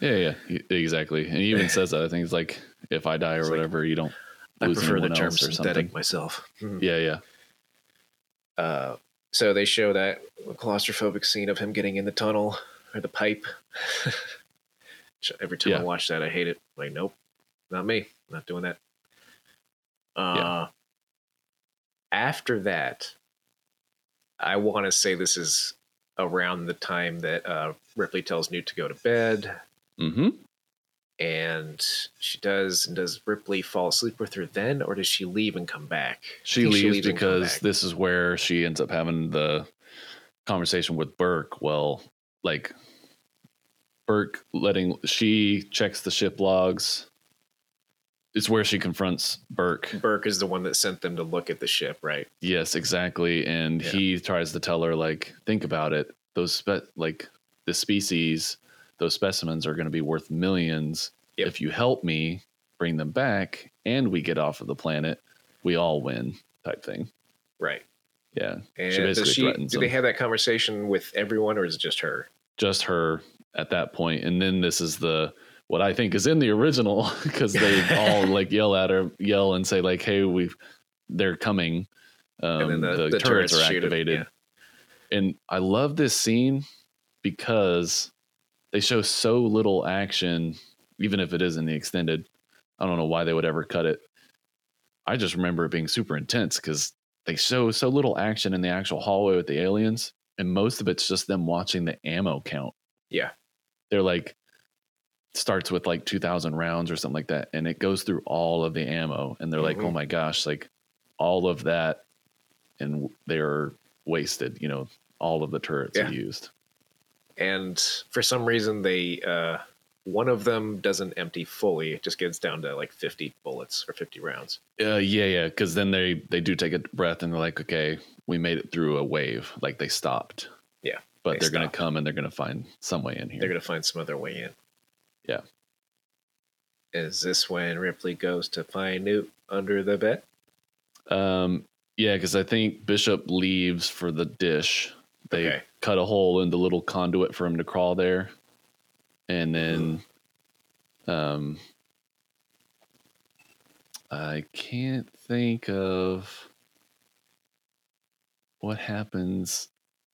B: yeah yeah e- exactly and he even says that i think it's like if i die or
C: It's like,
B: whatever you don't
C: I
B: lose
C: prefer the
B: anyone
C: term
B: else or
C: synthetic
B: something
C: myself. Mm-hmm.
B: yeah yeah
C: Uh, so they show that claustrophobic scene of him getting in the tunnel or the pipe. Which Every time
B: Yeah.
C: I watch that, I hate it. Like, nope, not me. Not doing that. Uh, After that, I want to say this is around the time that uh, Ripley tells Newt to go to bed,
B: mm-hmm
C: and she does. And does Ripley fall asleep with her then, or does she leave and come back? I
B: she
C: think
B: leaves,
C: and come
B: because
C: back.
B: this is where she ends up having the conversation with Burke. Well, like Burke letting she checks the ship logs. It's where she confronts Burke.
C: Burke is the one that sent them to look at the ship, right?
B: Yes, exactly. And
C: Yeah.
B: he tries to tell her, like, think about it. Those spe- like the species, those specimens are going to be worth millions.
C: Yep.
B: If you help me bring them back and we get off of the planet, we all win. Type thing.
C: Right.
B: Yeah.
C: And
B: She
C: does
B: basically
C: she,
B: threatens
C: do they
B: him.
C: have that conversation with everyone, or is it just her?
B: just her at that point and then this is the what i think is in the original because they all like yell at her yell and say like hey we've they're coming um,
C: then
B: the, turrets, are
C: shoot it,
B: activated and i love this scene because they show so little action even if it is in the extended i don't know why they would ever cut it i just remember it being super intense because they show so little action in the actual hallway with the aliens and most of it's just them watching the ammo count
C: Yeah.
B: they're like starts with like 2000 rounds or something like that and it goes through all of the ammo and they're like
C: Mhm.
B: oh my gosh like all of that and they're wasted you know all of the turrets
C: Yeah.
B: are used
C: yeah. And for some reason, they uh, one of them doesn't empty fully; it just gets down to like fifty bullets or fifty rounds.
B: uh, yeah yeah because then they they do take a breath and they're like okay we made it through a wave like they stopped
C: Yeah,
B: but
C: they
B: they are gonna
C: stopped.
B: come and they're gonna find some way in here
C: They're gonna find some other way in.
B: Yeah.
C: Is this when Ripley goes to find Newt under the bed?
B: Um, yeah, because I think Bishop leaves for the dish. They
C: Okay.
B: cut a hole in the little conduit for him to crawl there, and then Um, I can't think of what happens.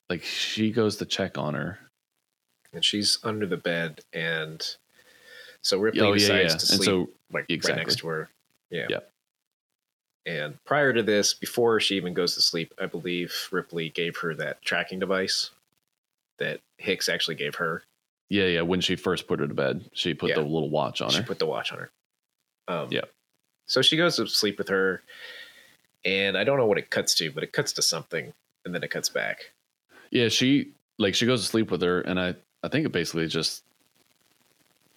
B: Like she goes to check on her.
C: and she's under the bed, and so Ripley
B: Oh yeah, yeah.
C: decides
B: And
C: to sleep
B: so
C: like
B: exactly.
C: right next to her. Yeah.
B: Yeah.
C: And prior to this, before she even goes to sleep, I believe Ripley gave her that tracking device that Hicks actually gave her.
B: yeah, yeah. When she first put her to bed, she put
C: Yeah.
B: the little watch on
C: she
B: her.
C: put the watch on her. Um,
B: Yeah.
C: So she goes to sleep with her, and I don't know what it cuts to, but it cuts to something, and then it cuts back.
B: Yeah, she like she goes to sleep with her, and I I think it basically just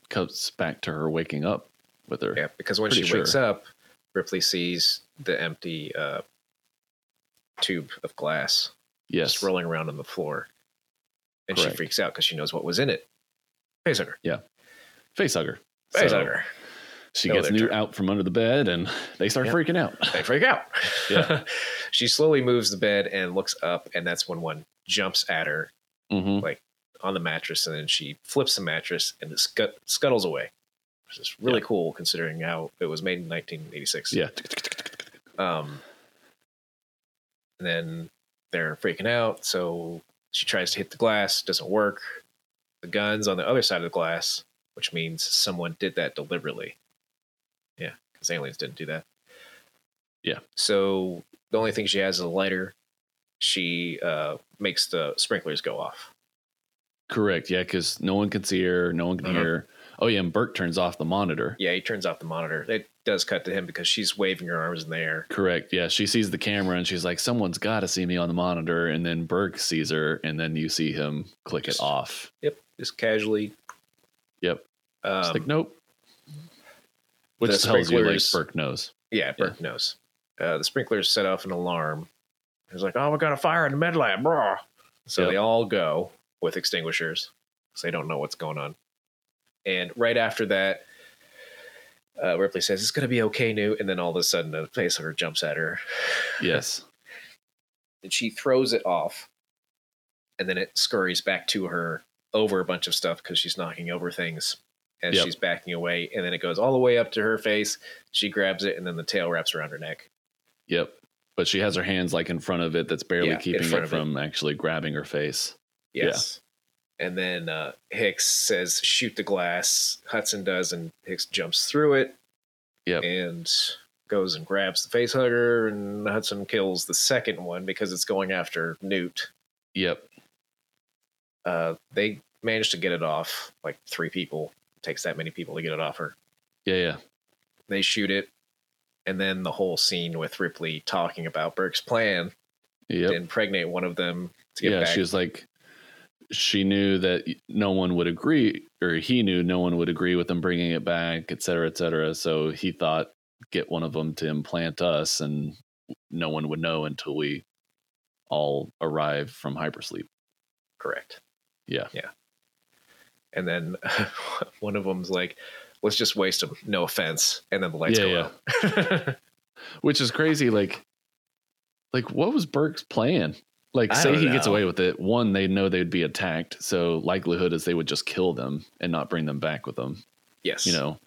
B: comes back to her waking up with her.
C: Yeah, because when
B: Pretty
C: she wakes up, Ripley sees the empty uh, tube of glass
B: yes,
C: just rolling around on the floor. And
B: Correct.
C: she freaks out because she knows what was in it. Facehugger.
B: facehugger. So
C: Facehugger.
B: She
C: No
B: gets
C: other
B: new
C: term.
B: out from under the bed, and they start
C: Yeah.
B: freaking out.
C: They freak out.
B: Yeah.
C: she slowly moves the bed and looks up, and that's when one jumps at her
B: hmm
C: on the mattress, and then she flips the mattress and it scut- scuttles away, which is really cool considering how it was made in 1986.
B: Yeah,
C: Um, and then they're freaking out, so she tries to hit the glass, doesn't work. The gun's on the other side of the glass, which means someone did that deliberately. Yeah, because aliens didn't do that.
B: Yeah.
C: So the only thing she has is a lighter. She uh, makes the sprinklers go off.
B: correct. Yeah, because no one can see her, no one can
C: Mhm.
B: hear. Oh yeah, and Burke turns off the monitor.
C: Yeah, he turns off the monitor. It does cut to him because she's waving her arms in the air.
B: Correct. Yeah, she sees the camera and she's like, "Someone's got to see me on the monitor." And then Burke sees her, and then you see him click
C: Just-
B: it off.
C: Yep, just casually.
B: Yep.
C: Um,
B: It's like, nope. Which
C: the
B: tells you like
C: sprinklers-
B: Burke knows.
C: Yeah, Burke knows. Uh, the sprinklers set off an alarm. It's like, oh, we got a fire in the med lab, brah. So
B: Yep.
C: they all go with extinguishers because they don't know what's going on. And right after that, uh, Ripley says, it's going to be okay, Newt. And then all of a sudden, the facehugger jumps at her.
B: Yes.
C: and she throws it off and then it scurries back to her over a bunch of stuff because she's knocking over things as
B: Yep.
C: she's backing away and then it goes all the way up to her face she grabs it and then the tail wraps around her neck
B: Yep. But she has her hands like in front of it that's barely
C: Yeah, in
B: keeping
C: front
B: it
C: of it.
B: from actually grabbing her face. Yeah.
C: yes and then uh, hicks says shoot the glass hudson does and hicks jumps through it
B: Yep.
C: and goes and grabs the face hugger and hudson kills the second one because it's going after newt
B: Yep.
C: uh, they managed to get it off like three people takes that many people to get it off her
B: Yeah, yeah.
C: they shoot it and then the whole scene with ripley talking about burke's plan to
B: Yep.
C: impregnate one of them to get
B: Yeah,
C: back
B: she was like she knew that no one would agree or he knew no one would agree with them bringing it back, et cetera, et cetera. So he thought get one of them to implant us and no one would know until we all arrive from hypersleep.
C: correct
B: Yeah.
C: yeah and then one of them's like let's just waste them no offense and then the lights
B: Yeah,
C: go
B: yeah.
C: out
B: Which is crazy like like what was Burke's plan? Like
C: I
B: say
C: don't
B: he gets
C: know.
B: away with it, one they know they'd be attacked, so likelihood is they would just kill them and not bring them back with them.
C: yes
B: you know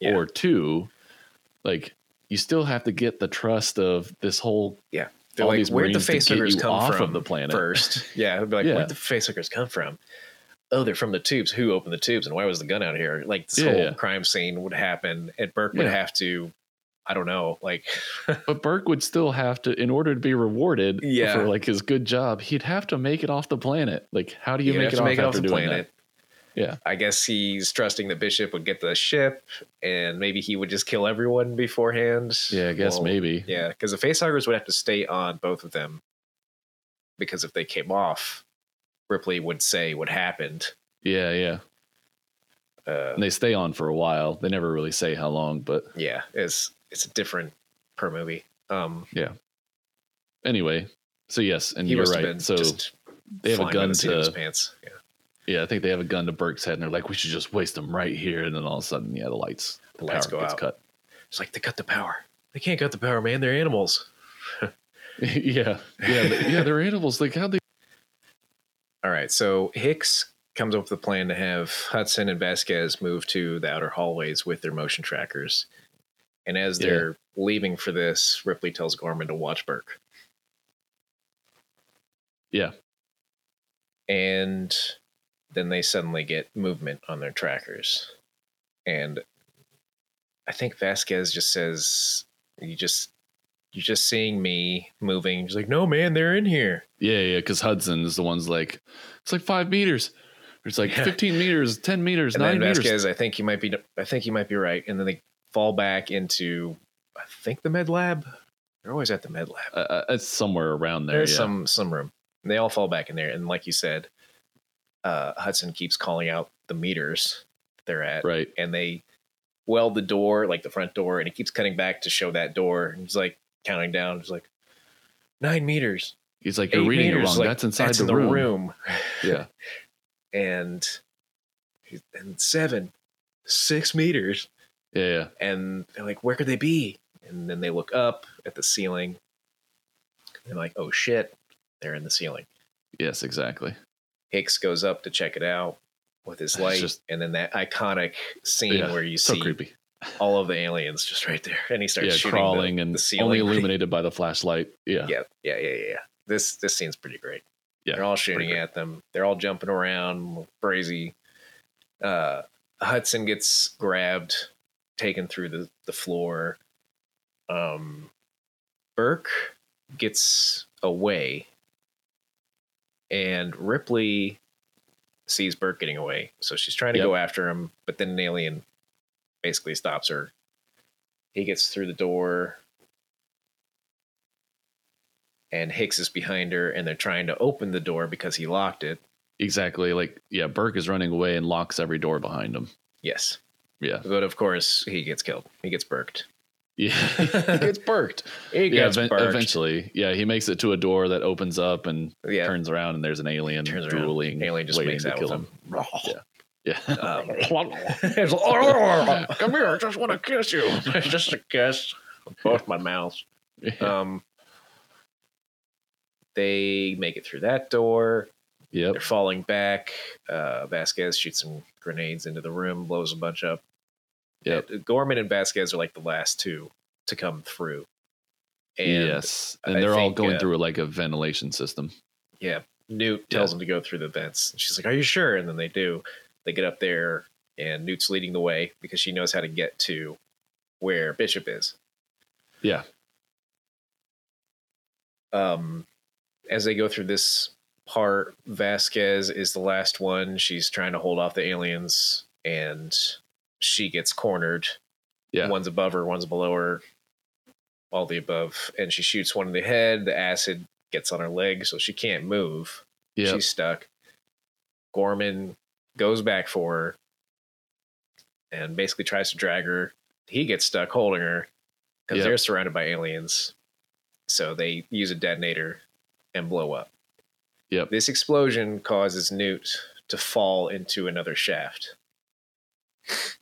C: Yeah.
B: or two like you still have to get the trust of this whole
C: They're
B: all
C: like,
B: these
C: where'd the
B: Marines to get
C: facehuggers
B: you
C: come
B: off of
C: from
B: the planet."
C: first? Yeah, I'd be like,
B: Yeah.
C: where'd the facehuggers come from? Oh, they're from the tubes. Who opened the tubes? And why was the gun out here? Like this
B: Yeah,
C: whole
B: yeah.
C: crime scene would happen, and Burke would
B: Yeah.
C: have to, I don't know, like
B: but burke would still have to in order to be rewarded
C: Yeah.
B: for like his good job he'd have to make it off the planet like how do you
C: he'd
B: make
C: have
B: it,
C: to
B: off, after doing Yeah.
C: I guess he's trusting the bishop would get the ship, and maybe he would just kill everyone beforehand.
B: that yeah i guess
C: Well,
B: maybe
C: Yeah, because the facehuggers would have to stay on both of them, because if they came off, Ripley would say what happened.
B: yeah yeah
C: Uh,
B: and they stay on for a while they never really say how long but
C: yeah, it's it's different per movie. Um,
B: anyway so yes and
C: he
B: you're
C: must have
B: right
C: been
B: so
C: just
B: they have a
C: flying by
B: gun
C: the seat of his
B: to
C: pants. Yeah.
B: yeah i think they have a gun to burke's head and they're like we should just waste them right here and then all of a sudden yeah the lights the,
C: lights
B: power
C: go
B: gets
C: out.
B: cut
C: It's like they cut the power. They can't cut the power, man. They're animals.
B: yeah yeah th- yeah they're animals like how they
C: All right, so Hicks comes up with a plan to have Hudson and Vasquez move to the outer hallways with their motion trackers. And as
B: Yeah.
C: they're leaving for this, Ripley tells Gorman to watch Burke.
B: Yeah.
C: And then they suddenly get movement on their trackers. And I think Vasquez just says, You just you're just seeing me moving. He's like, No man, they're in here.
B: Yeah, yeah, because Hudson is the one's like, it's like five meters. It's like
C: Yeah.
B: 15 meters, 10 meters,
C: and
B: nine
C: then
B: meters.
C: Vasquez, I think you might be, I think you might be right. And then they fall back into, I think the med lab. They're always at the med lab.
B: Uh, uh, it's somewhere around there.
C: There's
B: yeah.
C: some some room. And they all fall back in there, and like you said, uh, Hudson keeps calling out the meters they're at,
B: right.
C: and they weld the door, like the front door, and he keeps cutting back to show that door. And he's like counting down. He's like nine meters.
B: He's like,
C: Eight
B: you're reading it
C: meters,
B: wrong.
C: like,
B: that's inside
C: that's
B: the,
C: in
B: room.
C: the room.
B: Yeah.
C: And and seven, six meters.
B: Yeah. Yeah.
C: and they're like, where could they be? And then they look up at the ceiling. And they're like, oh shit, they're in the ceiling.
B: Yes, exactly.
C: Hicks goes up to check it out with his
B: It's
C: light,
B: just-
C: and then that iconic scene
B: Yeah,
C: where you
B: so
C: see
B: creepy.
C: all of the aliens just right there, and he starts
B: Yeah.
C: shooting
B: Crawling
C: the,
B: and only
C: the ceiling.
B: illuminated by the flashlight. Yeah.
C: yeah, yeah, yeah, yeah. This this scene's pretty great.
B: Yeah,
C: they're all shooting
B: great.
C: at them. They're all jumping around, crazy. Uh, Hudson gets grabbed, taken through the the floor. Um, Burke gets away, and Ripley sees Burke getting away, so she's trying to
B: Yep.
C: go after him, but then an alien basically stops her. He gets through the door and Hicks is behind her and they're trying to open the door because he locked it.
B: Exactly. Like, yeah, Burke is running away and locks every door behind him.
C: Yes.
B: Yeah.
C: But of course, he gets killed. He gets burked.
B: Yeah.
C: he
B: gets burked.
C: He
B: yeah,
C: gets
B: even-
C: burked.
B: eventually. Yeah, he makes it to a door that opens up and
C: Yeah.
B: turns around, and there's an alien
C: Turns around.
B: drooling,
C: Alien just
B: waiting
C: makes
B: to
C: out
B: kill
C: with
B: him.
C: him.
B: Yeah.
C: Um,
B: It's like,
C: Come here. I just want to kiss you. just a kiss. Both my mouths.
B: Yeah.
C: Um, they make it through that door.
B: yep.
C: They're falling back. Uh, Vasquez shoots some grenades into the room, blows a bunch up.
B: Yep.
C: Uh, Gorman and Vasquez are like the last two to come through. And
B: yes. And
C: I
B: they're all
C: think,
B: going
C: uh,
B: through like a ventilation system.
C: yeah, Newt tells them to go through the vents. And she's like, Are you sure? And then they do. They get up there, and Newt's leading the way because she knows how to get to where Bishop is.
B: Yeah.
C: Um, as they go through this part, Vasquez is the last one. She's trying to hold off the aliens, and she gets cornered.
B: Yeah.
C: One's above her, one's below her, all the above. And she shoots one in the head. The acid gets on her leg, so she can't move.
B: Yeah.
C: She's stuck. Gorman goes back for her and basically tries to drag her. He gets stuck holding her because
B: Yep.
C: they're surrounded by aliens. So they use a detonator and blow up.
B: Yep.
C: This explosion causes Newt to fall into another shaft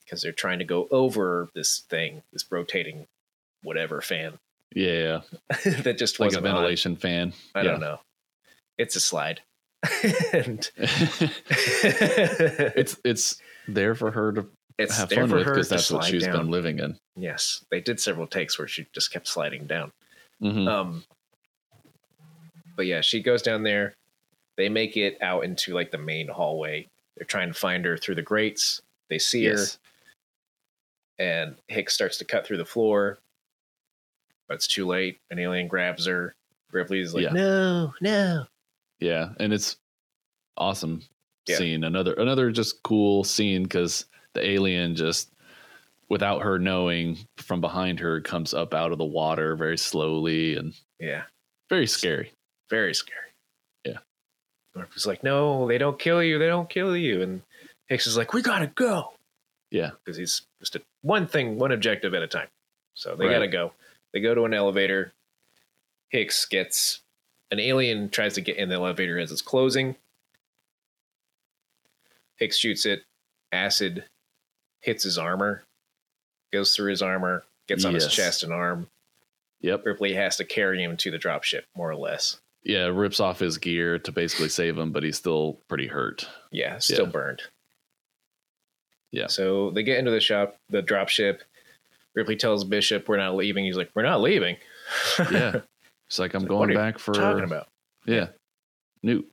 C: because they're trying to go over this thing, this rotating whatever fan
B: Yeah. yeah.
C: that just
B: Like a
C: wasn't on.
B: ventilation fan.
C: I
B: yeah.
C: don't know. It's a slide. and
B: it's it's there for her to
C: it's
B: have
C: there
B: fun
C: for
B: with
C: her
B: because
C: to
B: that's what
C: slide
B: she's
C: down. Uh,
B: been living in.
C: Yes, they did several takes where she just kept sliding down.
B: Mhm.
C: Um, but yeah, she goes down there. They make it out into like the main hallway. They're trying to find her through the grates. They see
B: yes.
C: her, and Hicks starts to cut through the floor, but it's too late. An alien grabs her. Ripley's like,
B: Yeah.
C: "No, no."
B: Yeah, and it's awesome
C: Yeah.
B: scene. Another another just cool scene because the alien just without her knowing from behind her comes up out of the water very slowly and
C: Yeah,
B: very scary.
C: very scary.
B: Yeah.
C: Ripley's like, "No, they don't kill you. They don't kill you." And Hicks is like, "We gotta go."
B: Yeah.
C: because he's just a, one thing, one objective at a time. So they
B: Right.
C: gotta go. They go to an elevator. Hicks gets an alien tries to get in the elevator as it's closing. Hicks shoots it. Acid hits his armor, goes through his armor, gets on his
B: Yes.
C: chest and arm.
B: Yep.
C: Ripley has to carry him to the dropship, more or less.
B: yeah, rips off his gear to basically save him, but he's still pretty hurt.
C: Yeah, still
B: Yeah.
C: burned.
B: Yeah.
C: So they get into the shop, the drop ship. Ripley tells Bishop, "We're not leaving." He's like, "We're not leaving."
B: Yeah. It's like I'm
C: It's like, what
B: going
C: are you
B: back for
C: talking about.
B: Yeah. Newt.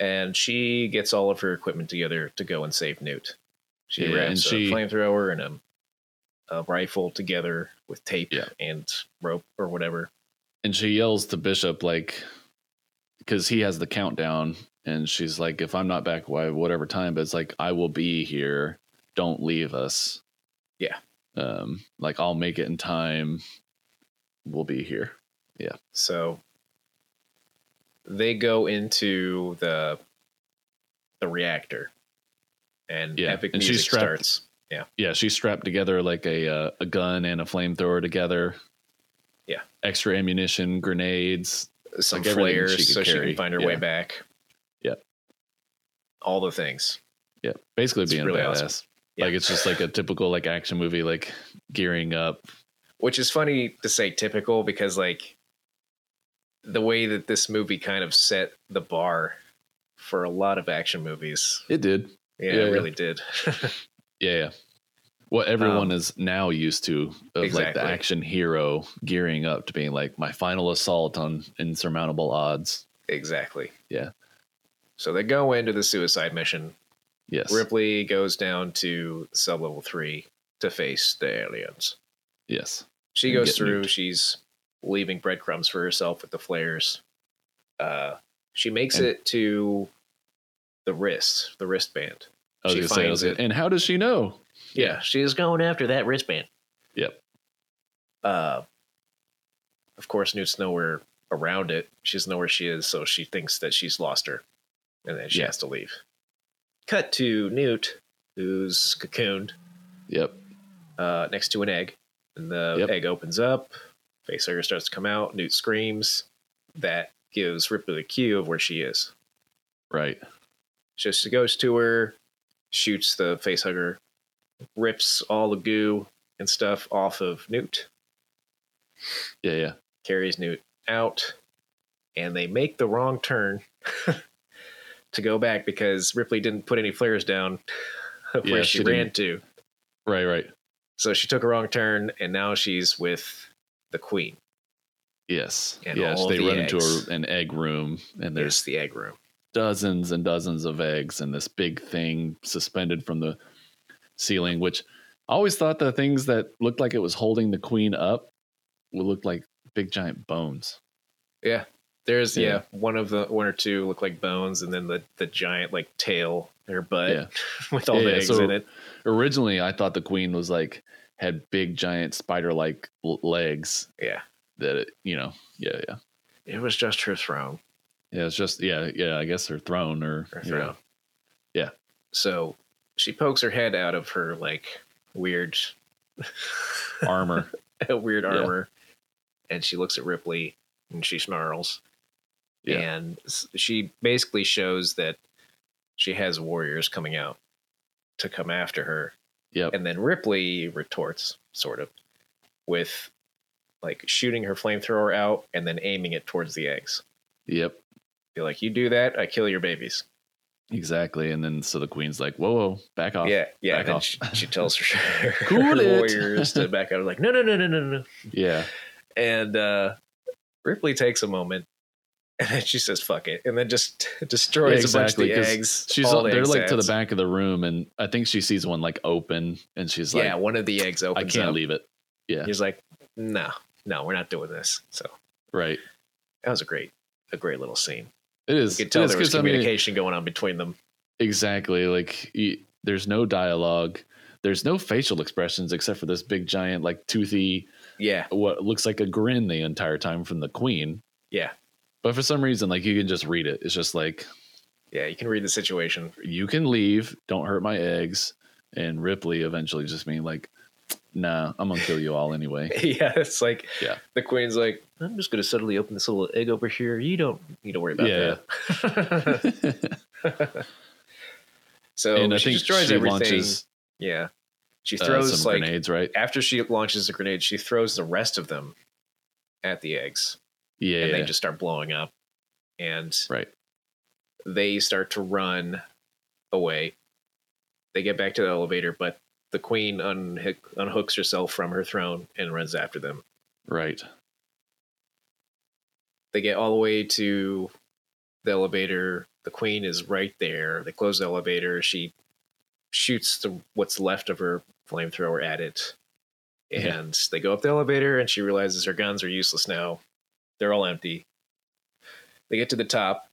C: And she gets all of her equipment together to go and save Newt. She
B: Yeah,
C: grabs
B: and she-
C: a flamethrower and a, a rifle together with tape
B: Yeah.
C: and rope or whatever.
B: And she yells to Bishop like because he has the countdown and she's like, if I'm not back by whatever time, but it's like I will be here. Don't leave us.
C: Yeah.
B: Um, like I'll make it in time. We'll be here.
C: So they go into the the reactor, and
B: Yeah,
C: epic
B: and she's
C: music
B: strapped-
C: starts.
B: Yeah, she's strapped together like a uh, a gun and a flamethrower together.
C: Yeah.
B: Extra ammunition, grenades.
C: some
B: Like everything
C: flares
B: she could
C: so she
B: carry,
C: can find her
B: yeah.
C: way back.
B: Yep.
C: All the things.
B: Yeah, basically
C: It's
B: being
C: really
B: badass.
C: awesome. Yeah.
B: Like it's just like a typical like action movie, like gearing up.
C: Which is funny to say typical because like the way that this movie kind of set the bar for a lot of action movies.
B: It did.
C: Yeah,
B: Yeah,
C: it
B: yeah.
C: really did.
B: Yeah. yeah. What everyone
C: Um,
B: is now used to of like
C: exactly.
B: the action hero gearing up to being like my final assault on insurmountable odds.
C: exactly.
B: Yeah.
C: So they go into the suicide mission.
B: Yes.
C: Ripley goes down to sub level three to face the aliens.
B: Yes.
C: She
B: and
C: goes
B: get
C: through.
B: nuked.
C: She's leaving breadcrumbs for herself with the flares. Uh, she makes
B: And-
C: it to the wrist, the wristband.
B: I was
C: She
B: gonna say, I
C: finds
B: was gonna-
C: it.
B: and how does she know?
C: Yeah, she's going after that wristband.
B: Yep.
C: Uh, of course, Newt's nowhere around it. She doesn't know where she is, so she thinks that she's lost her, and then she
B: Yeah.
C: has to leave. Cut to Newt, who's cocooned
B: Yep.
C: uh, next to an egg. And the
B: Yep.
C: egg opens up. Facehugger starts to come out. Newt screams. That gives Ripley the cue of where she is.
B: Right.
C: So she goes to her, shoots the facehugger, rips all the goo and stuff off of Newt,
B: Yeah, yeah.
C: carries Newt out, and they make the wrong turn to go back because Ripley didn't put any flares down where
B: Yeah,
C: she,
B: she
C: ran
B: didn't.
C: to.
B: Right, right.
C: So she took a wrong turn, and now she's with the queen.
B: Yes.
C: And
B: yes.
C: all
B: They
C: the
B: run
C: eggs.
B: into a, an egg room and there's
C: There's the egg room.
B: dozens and dozens of eggs and this big thing suspended from the ceiling, which I always thought the things that looked like it was holding the queen up would look like big giant bones.
C: There's yeah.
B: Yeah.
C: one of the one or two look like bones, and then the the giant like tail her butt
B: Yeah.
C: with all
B: Yeah,
C: the eggs
B: so-
C: in it.
B: Originally, I thought the queen was like had big giant spider like legs
C: Yeah,
B: that, it, you know, yeah, yeah.
C: it was just her throne.
B: Yeah, it's just, yeah, yeah, I guess her throne or,
C: Her
B: you
C: throne.
B: know. Yeah.
C: So she pokes her head out of her like weird
B: armor.
C: weird
B: Yeah.
C: armor, and she looks at Ripley and she snarls,
B: Yeah.
C: and s- she basically shows that she has warriors coming out to come after her
B: Yep.
C: And then Ripley retorts, sort of, with like shooting her flamethrower out and then aiming it towards the eggs.
B: Yep.
C: Be like, you do that, I kill your babies.
B: Exactly. And then so the queen's like, whoa, whoa, back off.
C: yeah, yeah.
B: Oh, back
C: And then
B: off.
C: she, she tells her, her
B: Cool it.
C: warriors to back out. Like, no, no, no, no, no, no.
B: Yeah.
C: And uh, Ripley takes a moment. And then she says, "Fuck it," and then just destroys
B: Yeah, exactly,
C: a bunch of
B: 'cause
C: the eggs.
B: She's
C: all the
B: they're
C: eggs
B: like to the
C: heads.
B: back of the room, and I think she sees one like open, and she's like,
C: yeah, one of the eggs
B: "I
C: opens
B: can't
C: up.
B: leave it." Yeah,
C: He's like, "No, no, we're not doing this." So
B: right.
C: that was a great, a great little scene.
B: It is.
C: You could tell
B: it is
C: there was
B: 'cause, I mean,
C: communication going on between them.
B: exactly. Like you, there's no dialogue. There's no facial expressions except for this big giant, like toothy,
C: Yeah,
B: what looks like a grin the entire time from the queen.
C: Yeah.
B: But for some reason, like you can just read it. It's just like
C: yeah. You can read the situation.
B: you can leave. Don't hurt my eggs. And Ripley eventually just being like, "Nah, I'm gonna kill you all anyway."
C: yeah, it's like
B: Yeah.
C: the queen's like, I'm just gonna suddenly open this little egg over here. You don't need to worry about
B: Yeah.
C: that. so
B: and I
C: she
B: think
C: destroys
B: she
C: everything.
B: launches
C: yeah, she
B: uh,
C: throws
B: some
C: like
B: grenades, right?
C: after she launches the grenade, she throws the rest of them at the eggs,
B: Yeah,
C: and
B: yeah.
C: they just start blowing up. and
B: Right.
C: they start to run away. They get back to the elevator, but the queen unhook, unhooks herself from her throne and runs after them.
B: Right.
C: They get all the way to the elevator. The queen is right there. They close the elevator. She shoots the, what's left of her flamethrower at it.
B: Yeah.
C: And they go up the elevator, and she realizes her guns are useless now. They're all empty. They get to the top.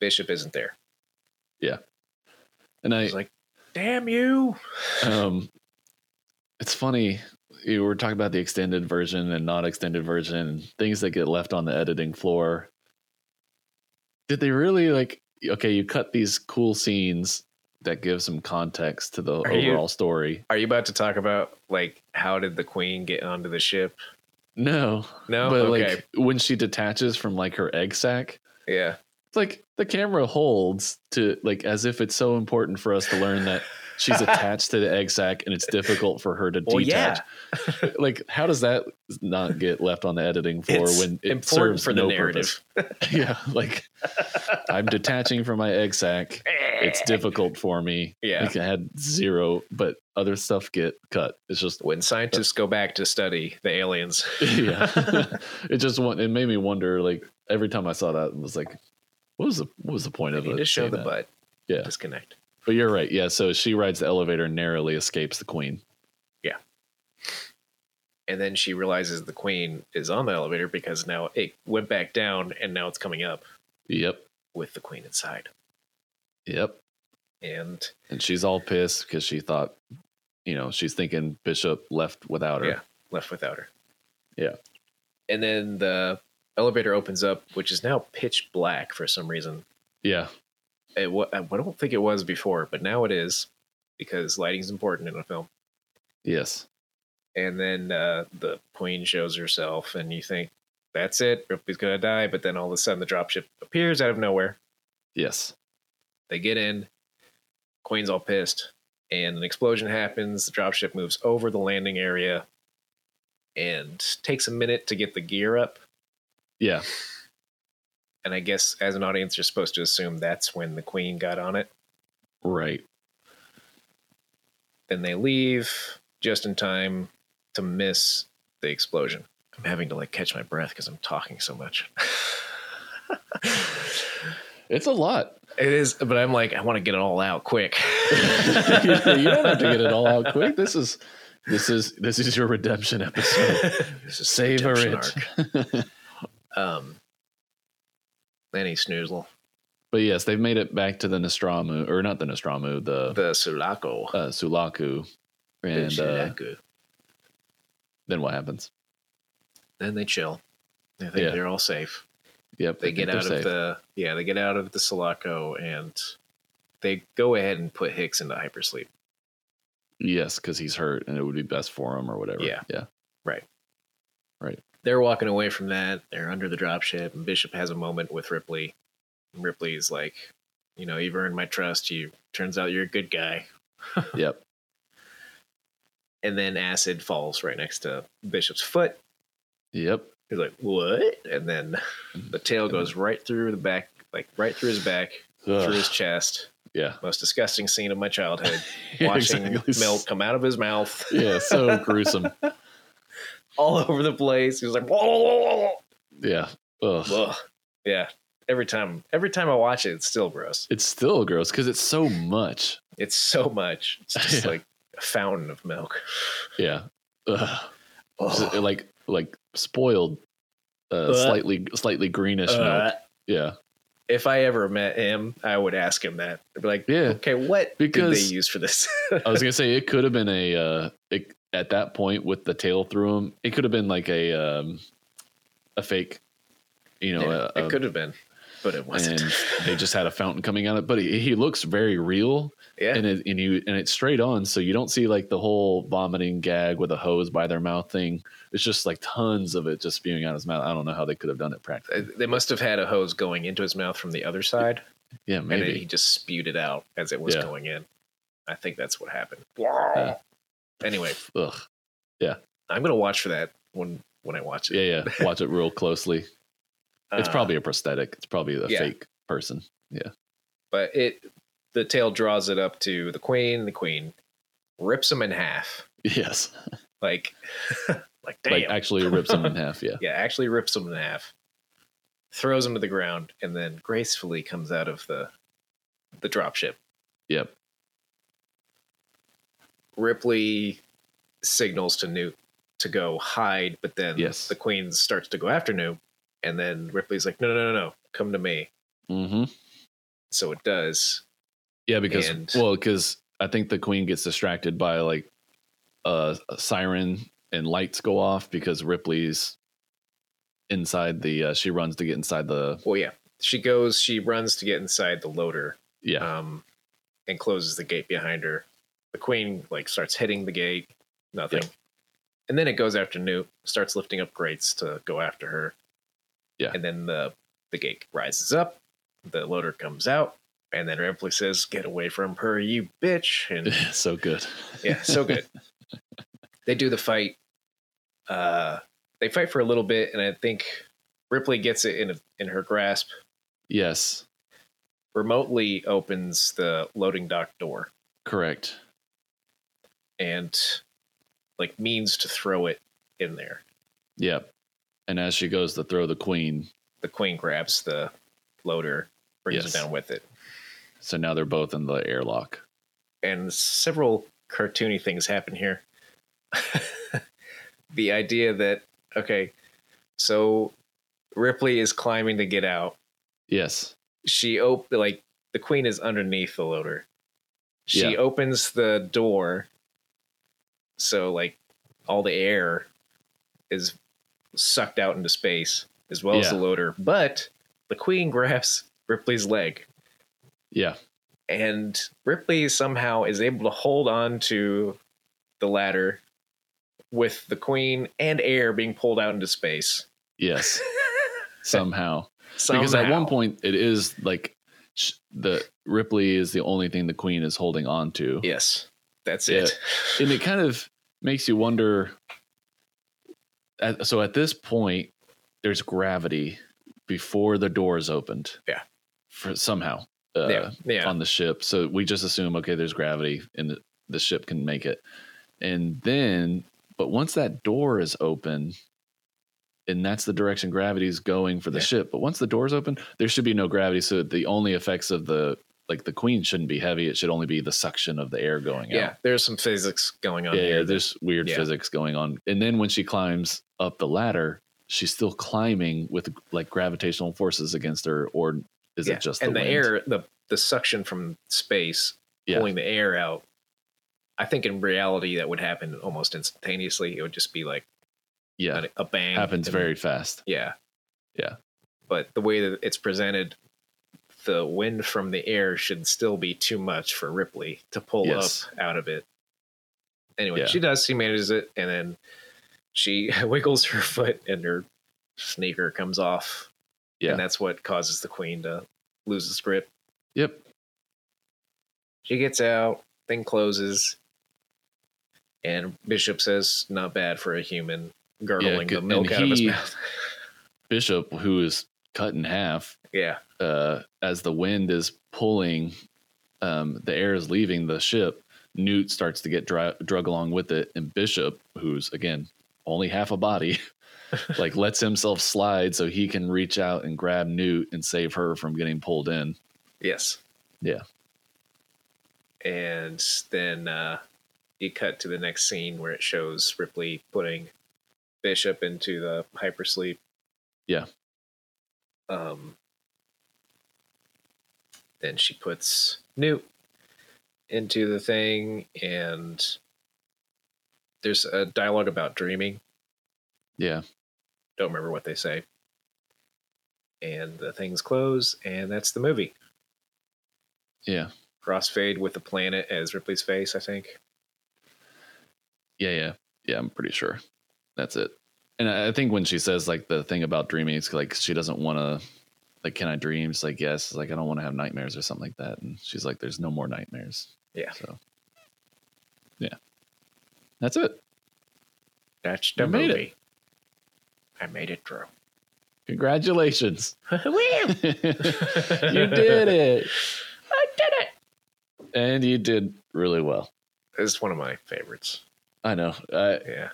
C: Bishop isn't there.
B: And I
C: He's like, damn you.
B: um it's funny you were talking about the extended version and not extended version things that get left on the editing floor did they really like okay you cut these cool scenes that give some context to the
C: Are you-
B: overall story
C: Are you about to talk about like how did the queen get onto the ship?
B: no
C: No,
B: but
C: okay,
B: like when she detaches from like her egg sac
C: yeah,
B: it's like the camera holds to like as if it's so important for us to learn that she's attached to the egg sac and it's difficult for her to detach
C: Well, yeah.
B: like how does that not get left on the editing floor
C: It's
B: when it
C: important
B: serves
C: for the
B: no
C: narrative.
B: purpose? yeah like i'm detaching from my egg sac it's difficult for me
C: Eh. Yeah.
B: like, i had zero but other stuff get cut it's just
C: When scientists go back to study the aliens,
B: yeah it just wa- it made me wonder like every time i saw that it was like what was the what was the point
C: they
B: of it
C: need to show
B: saying
C: the
B: that?
C: butt.
B: Yeah.
C: disconnect.
B: But you're right. Yeah. So she rides the elevator and narrowly escapes the queen.
C: And then she realizes the queen is on the elevator because now it went back down and now it's coming up
B: Yep.
C: with the queen inside.
B: Yep.
C: And
B: And she's all pissed because she thought, you know, she's thinking Bishop left without her.
C: Yeah. left without her.
B: Yeah.
C: And then the elevator opens up, which is now pitch black for some reason.
B: Yeah.
C: it wa- I don't think it was before, but now it is because lighting's important in a film.
B: Yes.
C: And then uh, the queen shows herself, and you think that's it, Ripley's gonna die. But then all of a sudden, the dropship appears out of nowhere.
B: Yes.
C: They get in, queen's all pissed, and an explosion happens. The dropship moves over the landing area, and takes a minute to get the gear up.
B: Yeah.
C: And I guess as an audience, you're supposed to assume that's when the queen got on it.
B: Right.
C: then they leave just in time to miss the explosion. I'm having to like catch my breath because I'm talking so much.
B: It's a lot.
C: it is, but I'm like, I want to get it all out quick.
B: you don't have to get it all out quick. This is this is this is your redemption episode.
C: This is
B: Savor it.
C: redemption arc. Um, Lenny Snoozle,
B: But yes, they've made it back to the Nostromo or not the Nostromo, the,
C: the Sulaco,
B: uh, Sulaku.
C: the
B: And uh,
C: Sulaco.
B: then what happens?
C: then they chill. They think
B: Yeah.
C: they're all safe.
B: Yep.
C: They get
B: think they're
C: out of
B: safe.
C: the yeah, they get out of the Sulaco and they go ahead and put Hicks into hypersleep.
B: Yes, because he's hurt and it would be best for him or whatever.
C: Yeah.
B: Yeah.
C: they're walking away from that. They're under the dropship, and Bishop has a moment with Ripley. And Ripley's like, you know, you've earned my trust. You turns out you're a good guy.
B: yep.
C: And then acid falls right next to Bishop's foot.
B: Yep.
C: He's like, what? And then the tail goes right through the back, like right through his back, through his chest.
B: Yeah.
C: Most disgusting scene of my childhood. Watching
B: Exactly.
C: milk come out of his mouth
B: Yeah. So gruesome.
C: all over the place. He was like, whoa,
B: Yeah. Ugh.
C: Ugh. yeah. Every time, every time I watch it, it's still gross.
B: It's still gross because it's so much.
C: It's so much. It's just
B: Yeah.
C: like a fountain of milk. Uh,
B: Yeah. Ugh. Is it,
C: Ugh.
B: Like like spoiled, uh, slightly slightly greenish
C: Uh,
B: milk. Yeah.
C: if I ever met him, I would ask him that. I'd be like,
B: Yeah.
C: okay, what did
B: Because-
C: they use for this?
B: I was gonna say it could have been a uh, it, at that point with the tail through him. It could have been like a um, a fake, you know,
C: Yeah,
B: a,
C: it
B: a
C: could have been, but it wasn't.
B: and they just had a fountain coming out of it. But he, he looks very real,
C: yeah.
B: and it, and you and it's straight on, so you don't see like the whole vomiting gag with a hose by their mouth thing. It's just like tons of it just spewing out his mouth. I don't know how they could have done it practically.
C: Uh, they must have had a hose going into his mouth from the other side,
B: Yeah,
C: and then he
B: maybe.
C: just spewed it out as it was
B: Yeah.
C: going in. I think that's what happened.
B: Yeah.
C: Anyway,
B: Ugh.
C: I'm gonna watch for that when when I watch it.
B: Yeah, yeah. Watch it real closely. It's
C: Uh,
B: probably a prosthetic. It's probably a
C: yeah.
B: fake person.
C: but it the tail draws it up to the queen. The queen rips him in half.
B: Yes.
C: Like, like damn.
B: Like actually rips them in half. Yeah.
C: yeah, actually rips him in half, throws him to the ground, and then gracefully comes out of the the dropship.
B: Yep.
C: Ripley signals to Newt to go hide, but then
B: Yes.
C: the queen starts to go after Newt, and then Ripley's like, "No, no, no, no, come to me."
B: Mm-hmm.
C: So it does.
B: Yeah, because
C: And-
B: well, because I think the queen gets distracted by like a, a siren and lights go off because Ripley's inside the. Uh, she runs to get inside the.
C: Well, yeah, she goes. She runs to get inside the loader,
B: Yeah.
C: um, and closes the gate behind her. The queen like starts hitting the gate, nothing,
B: Yeah.
C: and then it goes after Newt, starts lifting up grates to go after her.
B: Yeah.
C: and then the the gate rises up, the loader comes out, and then Ripley says, "Get away from her, you bitch!" And
B: so good.
C: yeah, so good. they do the fight. Uh, they fight for a little bit, and I think Ripley gets it in a, in her grasp.
B: yes.
C: Remotely opens the loading dock door.
B: Correct.
C: and like means to throw it in there.
B: Yep. And as she goes to throw the queen,
C: The queen grabs the loader, brings
B: Yes.
C: it down with it,
B: so now they're both in the airlock.
C: and several cartoony things happen here. the idea that okay, so Ripley is climbing to get out.
B: Yes.
C: She op- like the queen is underneath the loader. She
B: Yeah.
C: opens the door, so like all the air is sucked out into space as well as the
B: Yeah.
C: loader. But the queen grabs Ripley's leg,
B: Yeah.
C: and Ripley somehow is able to hold on to the ladder with the queen and air being pulled out into space.
B: Yes. Somehow. Because at
C: Somehow.
B: one point it is like sh- the Ripley is the only thing the queen is holding on to.
C: yes, that's
B: Yeah.
C: it.
B: and it kind of makes you wonder at, so at this point there's gravity before the door is opened
C: Yeah.
B: for somehow uh,
C: yeah, yeah.
B: on the ship so we just assume okay there's gravity and the, the ship can make it and then but once that door is open and that's the direction gravity is going for the
C: Yeah.
B: ship but once the door's open there should be no gravity so the only effects of the like the queen shouldn't be heavy it should only be the suction of the air going out
C: yeah, there's some physics going on
B: yeah,
C: here.
B: yeah, there's weird
C: yeah.
B: physics going on. And then when she climbs up the ladder, she's still climbing with like gravitational forces against her, or is
C: Yeah,
B: it just
C: and the,
B: the, wind?
C: air the the suction from space
B: Yeah.
C: pulling the air out i think in reality that would happen almost instantaneously it would just be like
B: Yeah,
C: a, a bang
B: happens
C: and-
B: very fast.
C: yeah
B: Yeah.
C: but the way that it's presented the wind from the air should still be too much for ripley to pull
B: Yes.
C: up out of it anyway
B: Yeah.
C: she does she manages it and then she wiggles her foot and her sneaker comes off
B: Yeah.
C: and that's what causes the queen to lose its grip
B: Yep.
C: She gets out, thing closes, and Bishop says, "Not bad for a human." Gurgling
B: c-
C: the milk
B: and
C: out of his
B: he-
C: mouth.
B: Bishop, who is cut in half
C: yeah,
B: uh, as the wind is pulling, um, the air is leaving the ship. Newt starts to get dra- drug along with it, and Bishop, who's again only half a body, like lets himself slide so he can reach out and grab Newt and save her from getting pulled in.
C: yes,
B: Yeah.
C: And then uh, you cut to the next scene where it shows Ripley putting Bishop into the hypersleep.
B: Yeah.
C: Um. Then she puts Newt into the thing, and there's a dialogue about dreaming.
B: Yeah,
C: Don't remember what they say. And the things close, and that's the movie.
B: yeah,
C: Crossfade with the planet as Ripley's face, I think.
B: yeah, yeah, yeah. I'm pretty sure that's it. And I, I think when she says like the thing about dreaming, it's like she doesn't want to. Like, can I dream? She's like, yes. She's like, I don't want to have nightmares or something like that. And she's like, there's no more nightmares.
C: Yeah.
B: So, yeah, that's it.
C: That's the
B: You made
C: movie. I made it, Drew.
B: Congratulations.
C: Woo!
B: you did it.
C: I did it.
B: And you did really well.
C: It's one of my favorites.
B: I know. I,
C: Yeah.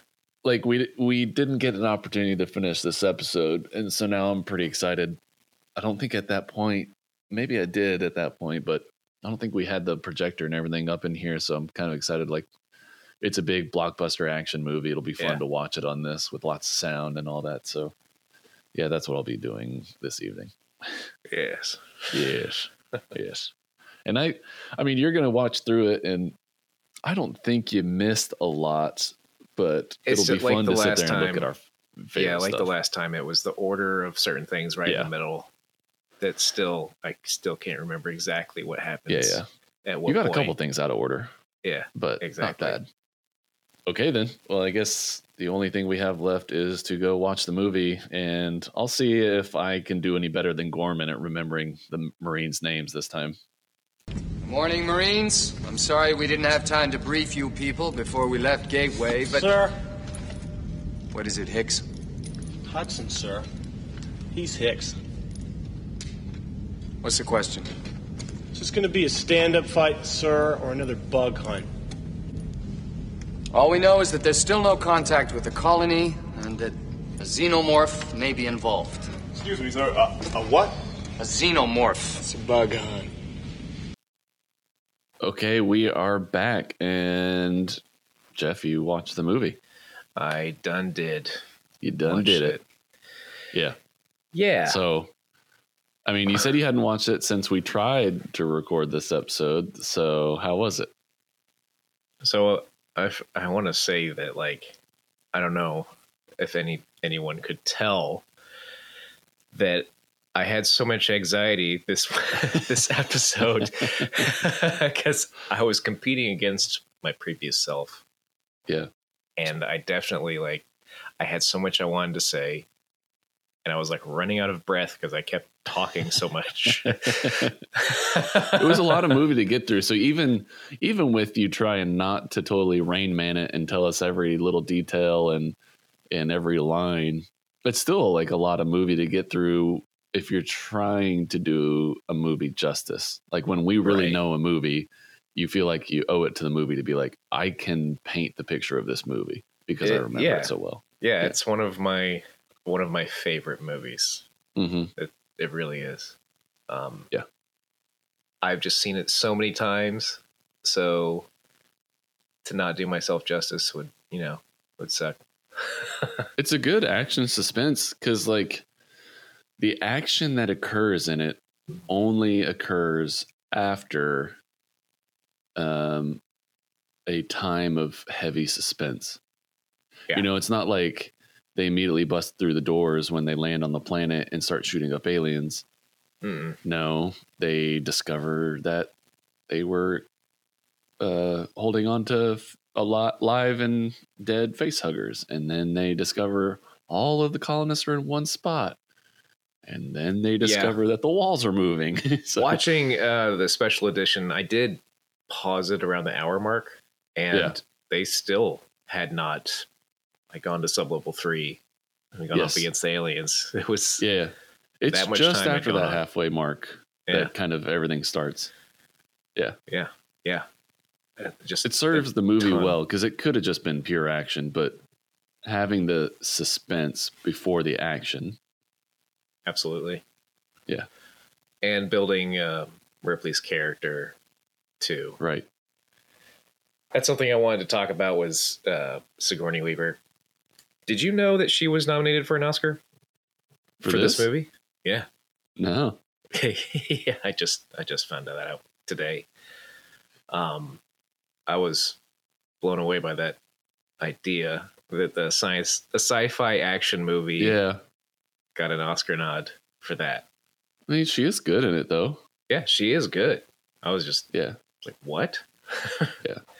B: like we we didn't get an opportunity to finish this episode and so now i'm pretty excited i don't think at that point maybe i did at that point but i don't think we had the projector and everything up in here so i'm kind of excited like it's a big blockbuster action movie it'll be fun
C: Yeah.
B: to watch it on this with lots of sound and all that so yeah that's what i'll be doing this evening
C: Yes.
B: yes yes and i i mean you're gonna watch through it and i don't think you missed a lot but
C: It's
B: it'll
C: just
B: be
C: like
B: fun
C: the
B: to sit
C: last
B: there and look
C: time.
B: at our favorite
C: yeah, like the
B: stuff.
C: last time, it was the order of certain things right in
B: Yeah.
C: the middle. That still, I still can't remember exactly what
B: yeah
C: happens.
B: yeah
C: At what
B: you got
C: point.
B: a couple things out of order
C: Yeah.
B: but
C: Exactly.
B: not bad okay then well i guess the only thing we have left is to go watch the movie and i'll see if i can do any better than gorman at remembering the marines names this time
D: Morning, Marines. I'm sorry we didn't have time to brief you people before we left Gateway, but.
E: Sir,
D: What is it, Hicks?
E: Hudson, sir. He's Hicks.
D: What's the question?
E: Is this going to be a stand up fight, sir, or another bug hunt?
D: All we know is that there's still no contact with the colony and that a xenomorph may be involved.
E: Excuse me, sir. Uh, a what?
D: A xenomorph.
E: It's a bug hunt.
B: okay we are back and jeff you watched the movie
C: I done did.
B: you done
C: Watched
B: did it yeah
C: Yeah.
B: So, I mean, you said you hadn't watched it since we tried to record this episode. So, how was it?
C: So I, f- I want to say that like I don't know if any anyone could tell that I had so much anxiety this this episode because I was competing against my previous self.
B: Yeah.
C: and I definitely like I had so much I wanted to say, and I was like running out of breath because I kept talking so much.
B: It was a lot of movie to get through. So, even even with you trying not to totally rain man it and tell us every little detail and and every line, it's still like a lot of movie to get through if you're trying to do a movie justice. Like when we really
C: Right.
B: know a movie, you feel like you owe it to the movie to be like, I can paint the picture of this movie because I
C: It-
B: remember
C: yeah.
B: it so well.
C: yeah,
B: Yeah.
C: it's one of my one of my favorite movies.
B: hmm
C: It really is. Um,
B: Yeah.
C: I've just seen it so many times, so to not do myself justice would you know would suck.
B: It's a good action suspense because, like, the action that occurs in it only occurs after um, a time of heavy suspense.
C: Yeah.
B: You know, it's not like they immediately bust through the doors when they land on the planet and start shooting up aliens.
C: Mm-mm.
B: No, they discover that they were uh, holding on to f- a lot live and dead face huggers, and then they discover all of the colonists are in one spot, and then they discover that the walls are moving. so,
C: Watching uh, the special edition, I did pause it around the hour mark, and
B: Yeah.
C: they still had not like gone to sublevel three and gone
B: Yes.
C: up against the aliens. It was
B: yeah, it's
C: That much
B: just
C: time had
B: after
C: gone
B: that
C: on.
B: halfway mark
C: Yeah.
B: that kind of everything starts.
C: uh, just
B: It serves the movie
C: ton.
B: well because it could have just been pure action, but having the suspense before the action
C: absolutely.
B: Yeah.
C: and building uh, Ripley's character too.
B: right
C: That's something I wanted to talk about was uh, Sigourney Weaver. Did you know that she was nominated for an Oscar for, this? movie?
B: No,
C: yeah, I just I just found that out today. Um, I was blown away by that idea that the science, the sci-fi action movie,
B: yeah.
C: got an Oscar nod for that.
B: I mean, she is good in it though.
C: Yeah, she is good. I was just
B: Yeah.
C: like, what?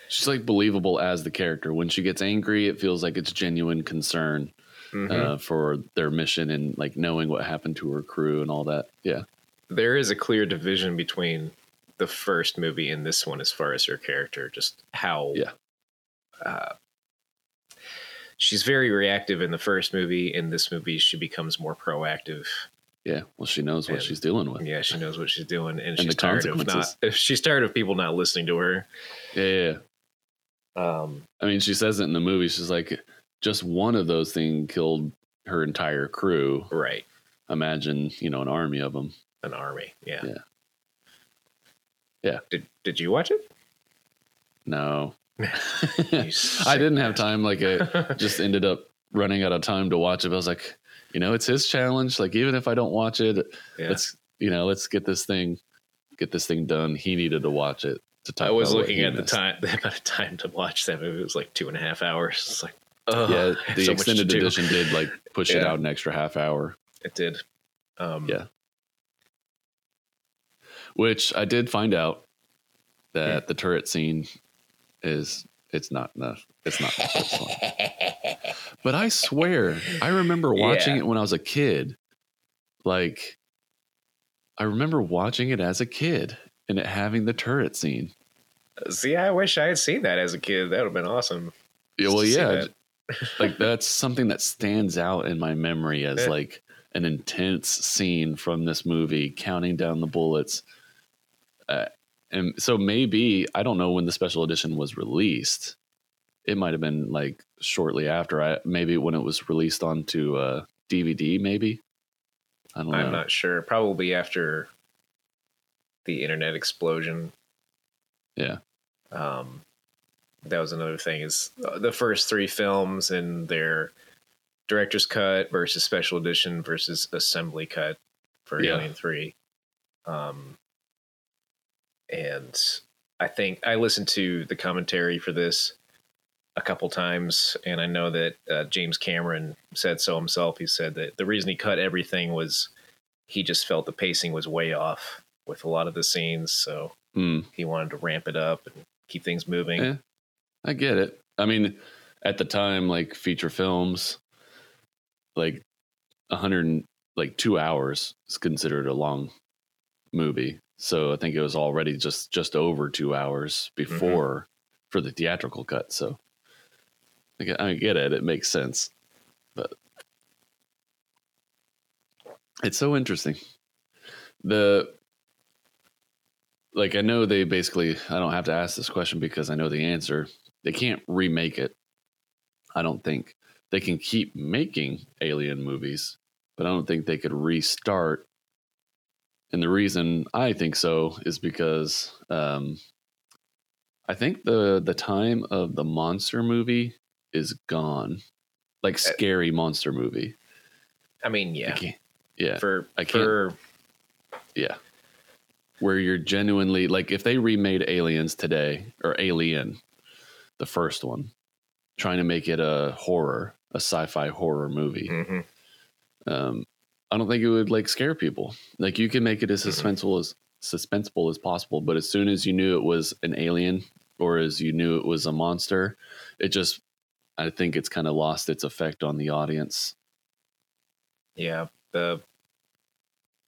B: She's like believable as the character. When she gets angry, it feels like it's genuine concern
C: Mhm.
B: uh, for their mission and like knowing what happened to her crew and all that. Yeah.
C: there is a clear division between the first movie and this one as far as her character just how
B: Yeah.
C: uh, she's very reactive in the first movie. In this movie, she becomes more proactive.
B: Yeah. Well, she knows what
C: And-
B: she's dealing with.
C: Yeah, she knows what she's doing, and,
B: the
C: she's tired of not.
B: consequences.
C: She's tired of people not listening to her.
B: Yeah, yeah. yeah.
C: Um,
B: I mean, she says it in the movie. She's like, just one of those things killed her entire crew.
C: right,
B: Imagine, you know, an army of them.
C: an army. Yeah.
B: Yeah. Yeah.
C: Did Did you watch it?
B: No,
C: You sick
B: I didn't have time. Like, it just ended up running out of time to watch it. But I was like, you know, it's his challenge. Like, even if I don't watch it,
C: Yeah.
B: let's, you know, let's get this thing, get this thing done. He needed to watch it. To talk
C: I was
B: about what
C: looking
B: Oh, he
C: at the
B: missed.
C: time, the amount of time to watch that movie. It was like two and a half hours. It's like, oh,
B: Yeah, the
C: so much to
B: extended
C: do.
B: edition did like push it
C: Yeah.
B: out an extra half hour.
C: It did. Um,
B: Yeah. which I did find out that the turret scene is it's not enough. It's not. the first one. but I swear, I remember watching
C: Yeah.
B: it when I was a kid. Like, I remember watching it as a kid and it having the turret scene.
C: See, I wish I had seen that as a kid. That would have been awesome.
B: Yeah,
C: Just
B: well,
C: to see
B: yeah,
C: that.
B: like that's something that stands out in my memory as
C: Yeah.
B: like an intense scene from this movie counting down the bullets uh, and so maybe i don't know when the special edition was released it might have been like shortly after i maybe when it was released onto uh, dvd maybe i don't know
C: I'm not sure. Probably after the internet explosion.
B: yeah
C: Um, that was another thing. Is uh, the first three films and their director's cut versus special edition versus assembly cut for
B: Yeah.
C: Alien Three. Um, and I think I listened to the commentary for this a couple times, and I know that uh, James Cameron said so himself. He said that the reason he cut everything was he just felt the pacing was way off with a lot of the scenes, so
B: Hmm.
C: he wanted to ramp it up and keep things moving.
B: Yeah. I get it. I mean, at the time, like feature films, like a hundred and like two hours is considered a long movie. So I think it was already just just over two hours before for the theatrical cut. So I get, I get it. It makes sense, but it's so interesting. The like I know they basically I don't have to ask this question because I know the answer. They can't remake it. I don't think they can keep making alien movies, but I don't think they could restart. And the reason I think so is because um, I think the the time of the monster movie is gone, like scary monster movie.
C: I mean,
B: I
C: yeah,
B: can't- yeah,
C: for
B: I can't-
C: for
B: yeah. Where you're genuinely like if they remade Aliens today or Alien, the first one, trying to make it a horror, a sci-fi horror movie.
C: Mhm.
B: Um, I don't think it would like scare people. Like you can make it as suspenseful as suspenseful as possible, but as soon as you knew it was an alien or as you knew it was a monster, it just I think it's kind of lost its effect on the audience.
C: yeah the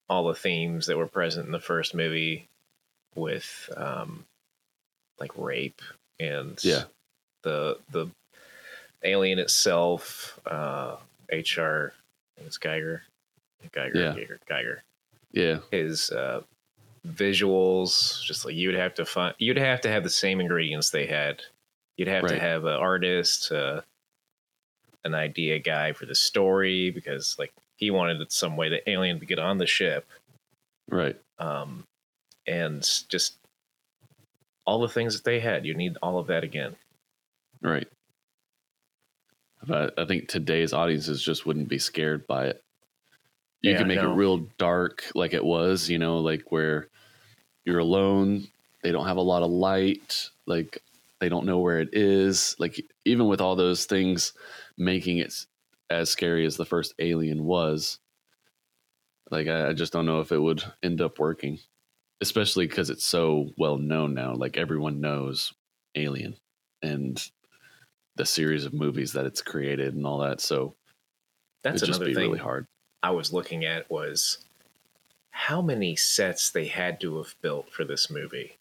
C: all the themes that were present in the first movie with um like rape and
B: Yeah.
C: the the alien itself uh hr I think it's geiger geiger
B: Yeah.
C: geiger geiger
B: Yeah.
C: his uh visuals just like you would have to find you'd have to have the same ingredients they had you'd have to
B: Right.
C: have an artist uh, an idea guy for the story because like he wanted it some way the alien to get on the ship
B: Right.
C: um and just all the things that they had you need all of that again
B: Right. But I think today's audiences just wouldn't be scared by it. You
C: Yeah,
B: can make
C: no.
B: it real dark, like it was, you know, like where you're alone, they don't have a lot of light, like they don't know where it is. Like, even with all those things making it s- as scary as the first alien was, like, I, I just don't know if it would end up working, especially because it's so well known now. Like, everyone knows Alien and the series of movies that it's created and all that. So
C: that's
B: it'd just
C: another
B: be
C: thing
B: really hard.
C: i was looking at was how many sets they had to have built for this movie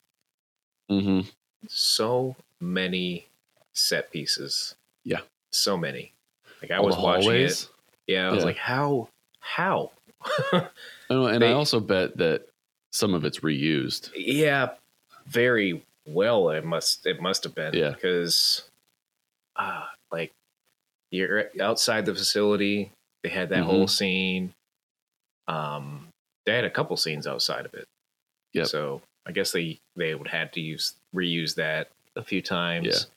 B: hmm
C: so many set pieces.
B: Yeah.
C: So many. Like I
B: all
C: was
B: the
C: watching
B: hallways.
C: it. Yeah, I was
B: Yeah.
C: like, how? How?
B: I don't know, Oh, and I
C: They-
B: also bet that some of it's reused.
C: Yeah, very well. It must. It must have been.
B: Yeah.
C: Because, uh, like, you're outside the facility. They had that
B: Mm-hmm.
C: whole scene. Um, they had a couple scenes outside of it.
B: Yep.
C: So I guess they they would have to use reuse that a few times.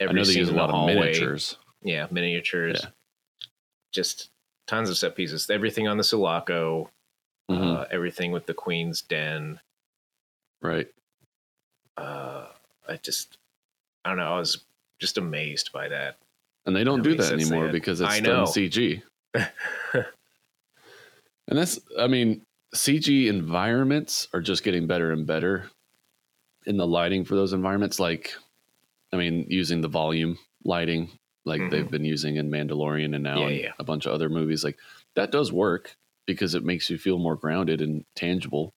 B: I
C: Every
B: know they
C: scene
B: use a
C: in the
B: lot of
C: hallway.
B: miniatures.
C: Yeah, miniatures.
B: Yeah.
C: Just tons of set pieces. Everything on the Sulaco.
B: Mhm,
C: Uh, everything with the Queen's Den.
B: right.
C: uh, I just, I don't know. I was just amazed by that.
B: And they don't
C: At
B: do
C: least
B: that
C: that's
B: anymore
C: it.
B: because it's
C: I
B: done
C: know.
B: CG. And that's, I mean, CG environments are just getting better and better in the lighting for those environments. Like, I mean, using the volume lighting like
C: Mhm.
B: they've been using in Mandalorian and now
C: Yeah,
B: in
C: yeah.
B: a bunch of other movies. Like, that does work because it makes you feel more grounded and tangible.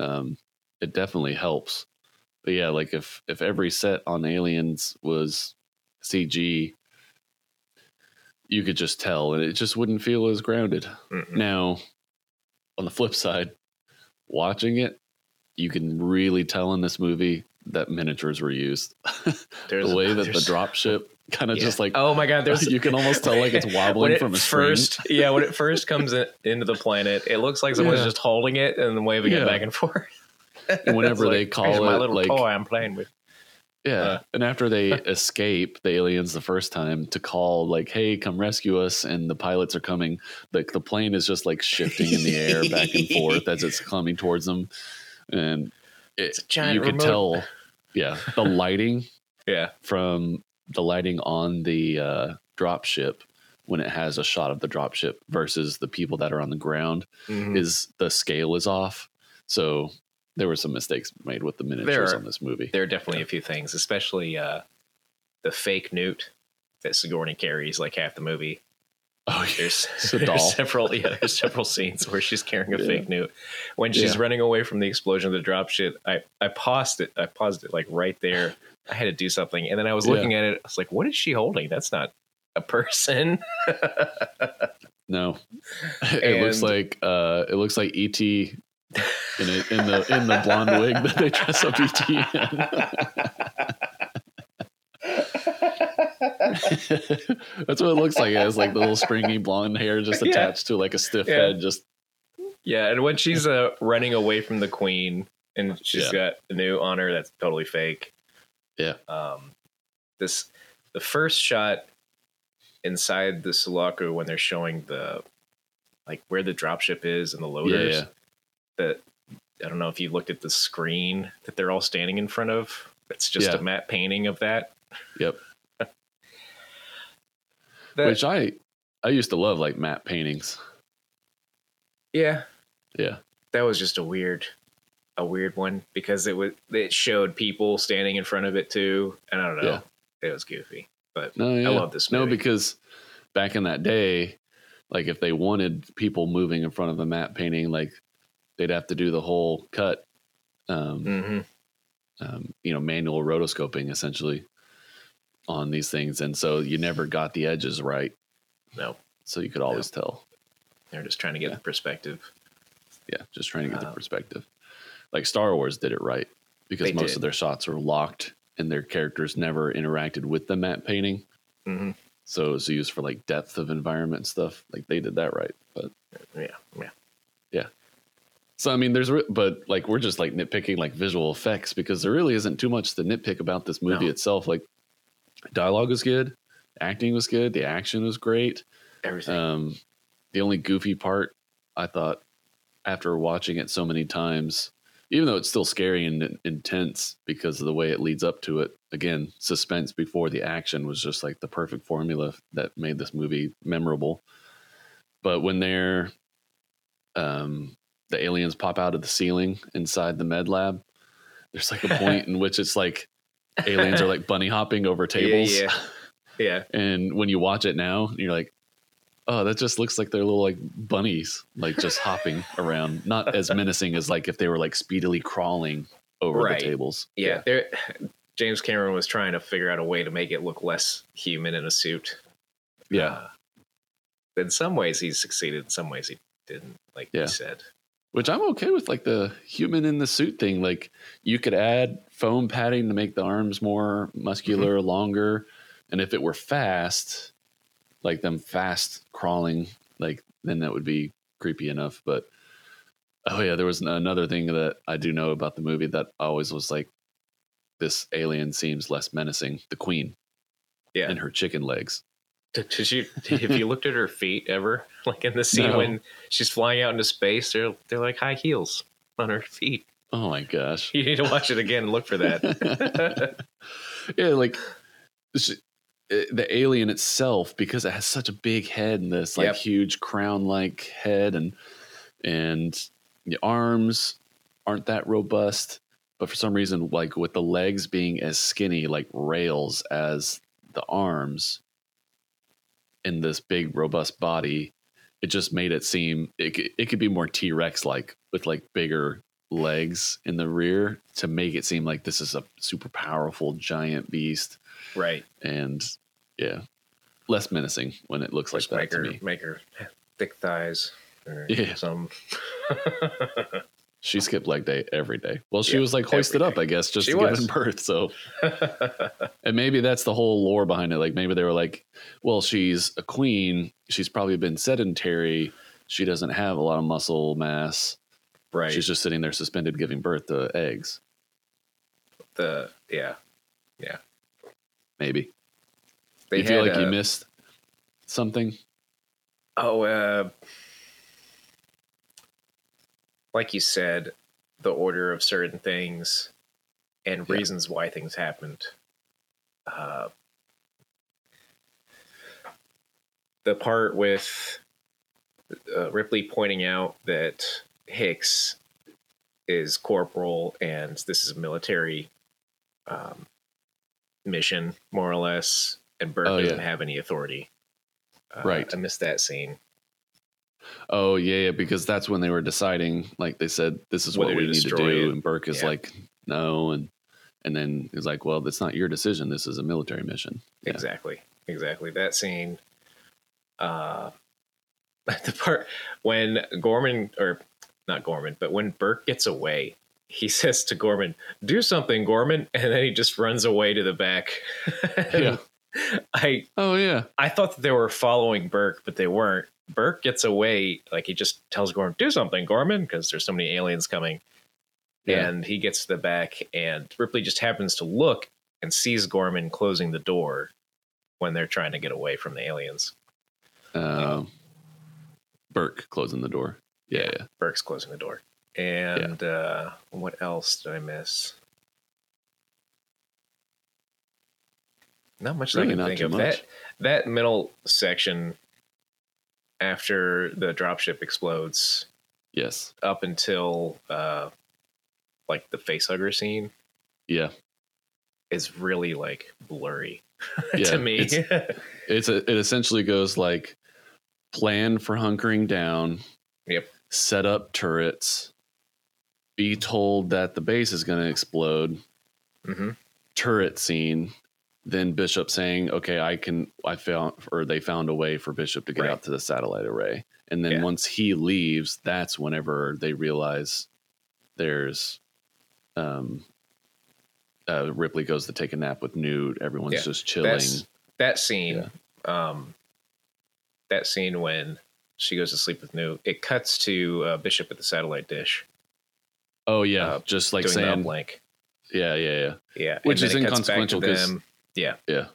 B: Um, it definitely helps. But yeah, like if if every set on Aliens was CG, you could just tell, and it just wouldn't feel as grounded.
C: Mm-mm.
B: Now, on the flip side, watching it, you can really tell in this movie that miniatures were used.
C: There's
B: the way that the
C: there's-
B: drop ship kind of
C: yeah.
B: just like
C: oh my god, there's
B: you can almost tell like it's
C: when
B: wobbling
C: it
B: from a screen.
C: first. Yeah, when it first comes in, into the planet, it looks like someone's
B: Yeah.
C: just holding it and then waving
B: Yeah.
C: it back and forth.
B: And whenever
C: It's
B: they
C: like,
B: call
C: "Here's
B: it
C: my little
B: like
C: toy I'm playing with.
B: yeah,
C: Uh.
B: and after they escape the aliens the first time to call like hey come rescue us and the pilots are coming like the plane is just like shifting in the air back and forth as it's coming towards them and it,
C: It's a giant
B: you could
C: remote.
B: tell yeah the lighting
C: Yeah,
B: from the lighting on the uh, drop ship when it has a shot of the drop ship versus the people that are on the ground
C: Mhm.
B: is the scale is off. So there were some mistakes made with the miniatures
C: are-
B: on this movie.
C: there are definitely a few things, especially uh, the fake newt that Sigourney carries like half the movie.
B: Oh, yeah.
C: There's,
B: It's a doll.
C: there's several yeah, there's several scenes where she's carrying a
B: Yeah.
C: fake newt. When she's
B: Yeah.
C: running away from the explosion of the drop shit, I, I paused it. I paused it like right there. I had to do something. And then I was
B: Yeah.
C: looking at it, I was like, what is she holding? That's not a person.
B: No, it looks
C: And-
B: like uh, it looks like ET in it in the in the blonde wig that they dress up E ET in. That's what it looks like. It has like the little stringy blonde hair just
C: Yeah.
B: attached to like a stiff
C: Yeah.
B: head. Just
C: Yeah, and when she's uh, running away from the queen and she's got a new on her that's totally fake.
B: Yeah.
C: Um this the first shot inside the Sulaco when they're showing the like where the dropship is and the loaders
B: yeah.
C: that I don't know if you looked at the screen that they're all standing in front of. It's just
B: Yeah.
C: a matte painting of that.
B: Yep.
C: That-
B: Which I I used to love like matte paintings.
C: yeah,
B: Yeah.
C: that was just a weird a weird one because it was it showed people standing in front of it too and i don't know it was goofy but
B: No, yeah.
C: love this
B: No,
C: movie.
B: because back in that day, like if they wanted people moving in front of a matte painting, like they'd have to do the whole cut, um,
C: hmm
B: um, you know, manual rotoscoping essentially on these things, and so you never got the edges right,
C: no
B: so you could always tell.
C: they're just trying to get the perspective
B: Yeah, just trying to get the
C: Wow.
B: perspective. Like Star Wars did it right because
C: Um, They
B: most
C: did.
B: of their shots are locked and their characters never interacted with the matte painting.
C: hmm
B: so it was used for like depth of environment stuff like they did that right but
C: yeah yeah
B: so i mean there's re- but like we're just like nitpicking like visual effects because there really isn't too much to nitpick about this movie
C: No.
B: itself like dialogue was good acting was good the action was great
C: everything
B: um the only goofy part i thought after watching it so many times even though it's still scary and in- intense because of the way it leads up to it again suspense before the action was just like the perfect formula that made this movie memorable but when they're um the aliens pop out of the ceiling inside the med lab there's like a point in which it's like aliens are like bunny hopping over tables
C: yeah yeah
B: and when you watch it now, you're like, oh, that just looks like they're little like bunnies, like just hopping around. Not as menacing as like if they were like speedily crawling over
C: Right.
B: the tables.
C: yeah, There, james cameron was trying to figure out a way to make it look less human in a suit
B: Yeah.
C: Uh, in some ways he succeeded, in some ways he didn't, like
B: Yeah.
C: you said.
B: Which I'm okay with, like the human in the suit thing. Like you could add foam padding to make the arms more muscular, longer, and if it were fast, like them fast crawling, like then that would be creepy enough. But oh yeah, there was an- another thing that I do know about the movie that always was like, this alien seems less menacing. The queen
C: Yeah.
B: and her chicken legs.
C: Did, did you have you looked at her feet ever? Like in the scene
B: No.
C: when she's flying out into space, they're they're like high heels on her feet.
B: Oh my gosh.
C: You need to watch it again and look for that.
B: yeah, like it's- it- the alien itself, because it has such a big head and this like
C: Yep.
B: huge crown-like head, and and the arms aren't that robust, but for some reason, like with the legs being as skinny, like rails as the arms, in this big robust body, it just made it seem it c- it could be more T Rex like with like bigger legs in the rear to make it seem like this is a super powerful giant beast
C: right.
B: and yeah, less menacing when it looks like
C: Just make
B: that to
C: her
B: me.
C: make her thick thighs or
B: Yeah.
C: some
B: She skipped leg day every day. Well, she
C: Yeah,
B: was like hoisted
C: every
B: up, I guess, just
C: She
B: to give
C: was.
B: giving birth. So, and maybe that's the whole lore behind it. Like maybe they were like, well, she's a queen. She's probably been sedentary. She doesn't have a lot of muscle mass.
C: right.
B: She's just sitting there suspended, giving birth to eggs.
C: the yeah.
B: Maybe
C: They
B: you feel
C: had
B: like you
C: a-
B: missed something.
C: Oh, uh, like you said, the order of certain things and
B: Yeah.
C: reasons why things happened. Uh, the part with uh, Ripley pointing out that Hicks is corporal and this is a military um, mission, more or less, and Burke
B: Oh,
C: doesn't
B: yeah.
C: have any authority. Uh,
B: Right.
C: I missed that scene.
B: Oh yeah, yeah, because that's when they were deciding. Like they said, this is what
C: Whether
B: we
C: to
B: need to
C: destroy
B: do,
C: it.
B: and Burke is
C: Yeah.
B: like, no, and and then he's like, well, that's not your decision. This is a military mission. Yeah.
C: Exactly. Exactly. That scene. Uh the part when Gorman or not Gorman, but when Burke gets away, he says to Gorman, Do something, Gorman, and then he just runs away to the back.
B: Yeah.
C: I
B: Oh yeah,
C: I thought that they were following Burke, but they weren't. Burke gets away, like he just tells Gorman, "Do something, Gorman," because there's so many aliens coming.
B: Yeah.
C: And he gets to the back, and Ripley just happens to look and sees Gorman closing the door when they're trying to get away from the aliens.
B: uh, Burke closing the door. Yeah, yeah.
C: Burke's closing the door. And uh, what else did I miss? Not much
B: Really
C: that I
B: not
C: can think
B: too
C: of.
B: much.
C: That that middle section after the dropship explodes
B: yes,
C: up until uh, like the facehugger scene
B: yeah.
C: is really like blurry
B: Yeah,
C: to me.
B: it's- It's a, it essentially goes like plan for hunkering down.
C: Yep.
B: Set up turrets. Be told that the base is going to explode.
C: hmm
B: turret scene, then Bishop saying, "Okay, I can. I found, or they found a way for Bishop to get
C: Right.
B: out to the satellite array." And then
C: Yeah.
B: once he leaves, that's whenever they realize there's, um, uh, Ripley goes to take a nap with Newt. Everyone's
C: Yeah,
B: just chilling.
C: That's, that scene, um, that scene when she goes to sleep with Newt, it cuts to uh, Bishop at the satellite dish
B: Oh yeah,
C: uh,
B: just like
C: doing the
B: saying,
C: uplink.
B: yeah, yeah, yeah,
C: Yeah,
B: Which
C: and
B: is
C: then it cuts back
B: inconsequential
C: to
B: 'cause-
C: them. Yeah,
B: yeah.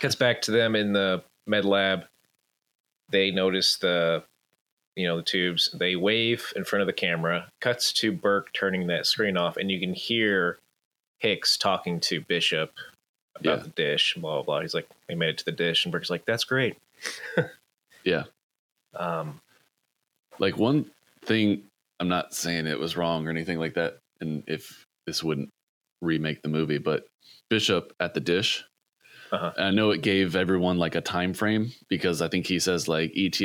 C: cuts back to them in the med lab. They notice the, you know, the tubes. They wave in front of the camera. Cuts to Burke turning that screen off, and you can hear Hicks talking to Bishop about
B: Yeah.
C: the dish. Blah blah blah. He's like, "We made it to the dish," and Burke's like, "That's great."
B: yeah.
C: Um,
B: like one thing i'm not saying it was wrong or anything like that and if this wouldn't remake the movie but bishop at the dish
C: Uh-huh.
B: i know it gave everyone like a time frame because i think he says like E eta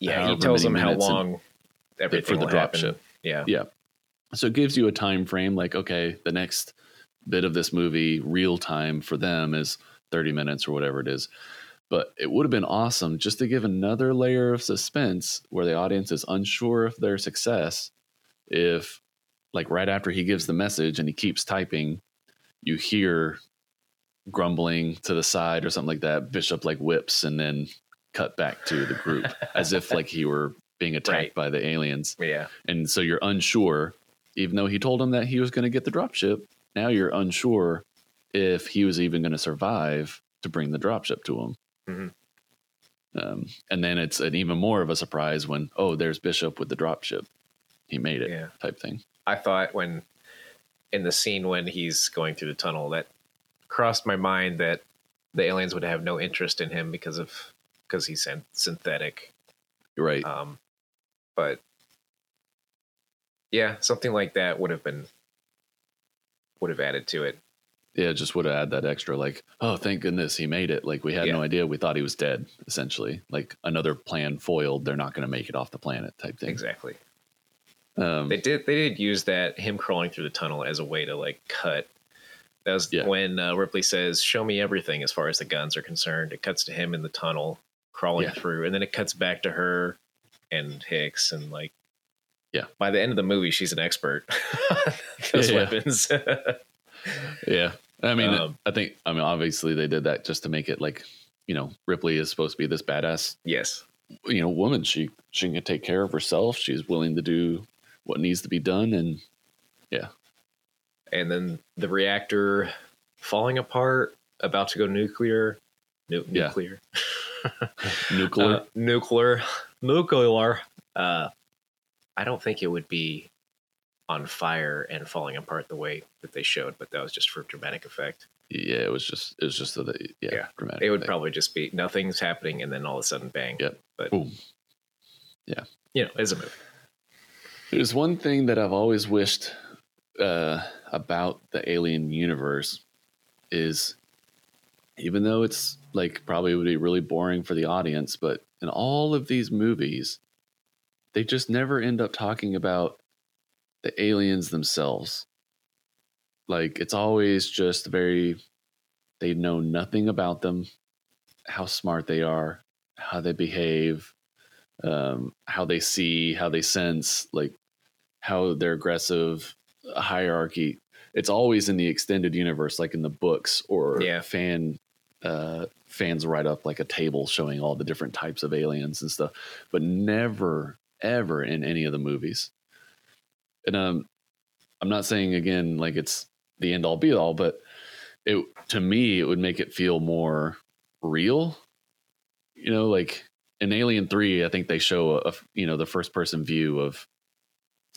C: yeah, he
B: However
C: tells
B: many
C: them how
B: minutes and-
C: long everything
B: for the
C: will
B: drop
C: happen.
B: ship
C: Yeah,
B: yeah so it gives you a time frame like okay the next bit of this movie real time for them is 30 minutes or whatever it is But it would have been awesome just to give another layer of suspense where the audience is unsure of their success. If, like, right after he gives the message and he keeps typing, you hear grumbling to the side or something like that. Bishop like whips and then cut back to the group as if like he were being attacked
C: Right.
B: by the aliens.
C: Yeah.
B: And so you're unsure, even though he told him that he was going to get the dropship. Now you're unsure if he was even going to survive to bring the dropship to him.
C: Mhm.
B: Um, and then it's an even more of a surprise when, oh, there's Bishop with the dropship. He made it,
C: Yeah.
B: type thing.
C: I thought when in the scene when he's going through the tunnel that crossed my mind that the aliens would have no interest in him because of because he's syn- synthetic.
B: You're right.
C: Um, but yeah, something like that would have been would have added to it.
B: yeah, just would have had that extra, like, oh, thank goodness he made it. Like, we had
C: Yeah.
B: no idea. We thought he was dead, essentially. Like, another plan foiled. They're not going to make it off the planet, type thing.
C: Exactly.
B: Um,
C: They did they did use that him crawling through the tunnel as a way to like cut. That was
B: Yeah.
C: when uh, Ripley says, "Show me everything as far as the guns are concerned." It cuts to him in the tunnel crawling
B: Yeah.
C: through, and then it cuts back to her and Hicks, and like,
B: Yeah.
C: By the end of the movie, she's an expert on those
B: Yeah, yeah.
C: weapons.
B: Yeah. I mean,
C: Um,
B: I think, I mean, obviously they did that just to make it like, you know, Ripley is supposed to be this badass,
C: yes,
B: you know, woman. She, she can take care of herself. She's willing to do what needs to be done. And
C: and then the reactor falling apart, about to go nuclear, nu-
B: Yeah.
C: nuclear.
B: nuclear.
C: Uh, nuclear. Nuclear. Uh, I don't think it would be on fire and falling apart the way that they showed, but that was just for dramatic effect.
B: yeah. It was just, it was just so that, yeah.
C: Yeah.
B: dramatic
C: It would
B: effect.
C: probably just be nothing's happening and then all of a sudden bang.
B: Yep.
C: But
B: Boom. Yeah.
C: You know, it's a movie.
B: There's one thing that I've always wished uh, about the alien universe is even though it's like probably would be really boring for the audience, but in all of these movies, they just never end up talking about the aliens themselves. Like it's always just very, they know nothing about them, how smart they are, how they behave, um, how they see, how they sense, like how they're aggressive, a hierarchy. It's always in the extended universe, like in the books or
C: Yeah.
B: fan uh, fans write up like a table showing all the different types of aliens and stuff, but never ever in any of the movies. And um, I'm not saying again like it's the end all be all, but it to me it would make it feel more real. You know, like in Alien Three, I think they show a, a- you know the first person view of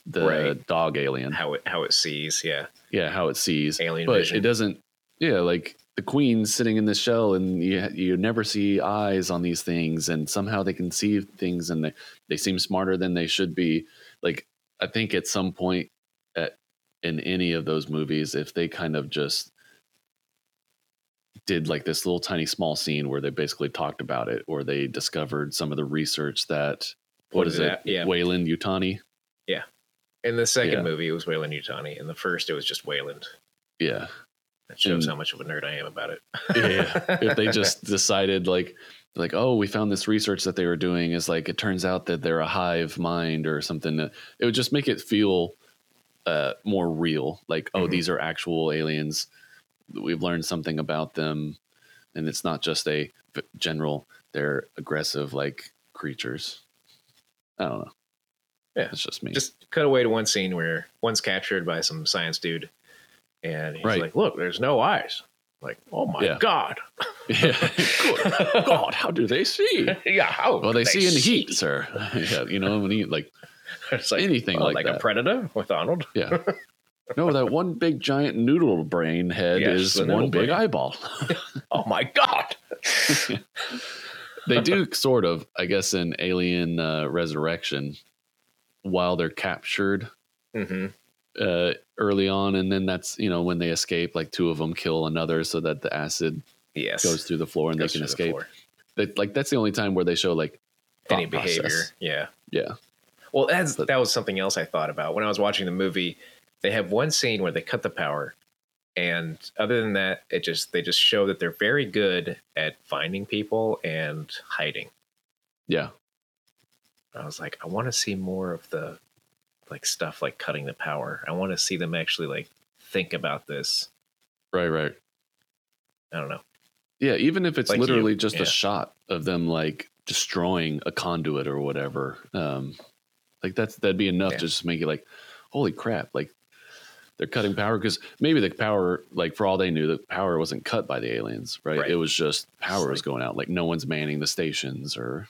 B: the
C: Right.
B: dog alien.
C: How it how it sees, yeah.
B: Yeah, how it sees
C: Alien
B: but
C: vision.
B: it doesn't. Yeah, like the queen's sitting in this shell, and you you never see eyes on these things, and somehow they can see things, and they they seem smarter than they should be. Like I think at some point at in any of those movies, if they kind of just did like this little tiny small scene where they basically talked about it, or they discovered some of the research that what
C: Pointed
B: is
C: it
B: it,
C: out, yeah.
B: Wayland Utani,
C: In the second
B: Yeah.
C: movie it was Wayland Utani. In the first it was just Wayland.
B: yeah,
C: That shows
B: And-
C: how much of a nerd I am about it.
B: yeah. if they just decided like like oh we found this research that they were doing is like it turns out that they're a hive mind or something uh, it would just make it feel uh more real like oh
C: Mhm.
B: these are actual aliens we've learned something about them and it's not just a v- general they're aggressive like creatures i don't know
C: Yeah.
B: that's just me
C: just cut away to one scene where one's captured by some science dude and he's
B: Right.
C: like look there's no eyes like oh my
B: Yeah.
C: god
B: yeah Good god how do they see
C: yeah how
B: well they,
C: could
B: see in the heat sir yeah, you know when you like
C: it's like
B: anything
C: oh,
B: like
C: like a
B: that.
C: predator with arnold
B: Yeah. No, that one big giant noodle brain head
C: Yes,
B: is
C: the noodle
B: one big
C: brain.
B: eyeball.
C: oh my god
B: they do sort of, I guess, in Alien uh, Resurrection, while they're captured
C: hmm
B: uh, early on, and then that's you know when they escape, like two of them kill another so that the acid
C: yes
B: goes through the floor and
C: Goes
B: they can
C: through the
B: escape.
C: floor.
B: That- like that's the only time where they show like thought
C: any behavior
B: process.
C: yeah
B: Yeah,
C: Well, that's,
B: But-
C: that was something else I thought about when I was watching the movie. They have one scene where they cut the power, And other than that, it just they just show that they're very good at finding people and hiding.
B: Yeah.
C: I was like, I want to see more of the like stuff like cutting the power. I want to see them actually like think about this.
B: Right, right.
C: I don't know.
B: Yeah, even if it's
C: Like
B: literally
C: you,
B: just
C: yeah.
B: a shot of them like destroying a conduit or whatever, um, like that's that'd be enough
C: Yeah.
B: to just make you like, holy crap, like they're cutting power because maybe the power, like for all they knew, the power wasn't cut by the aliens, right?
C: Right.
B: It was just power
C: It's
B: was
C: like-
B: going out, like no one's manning the stations or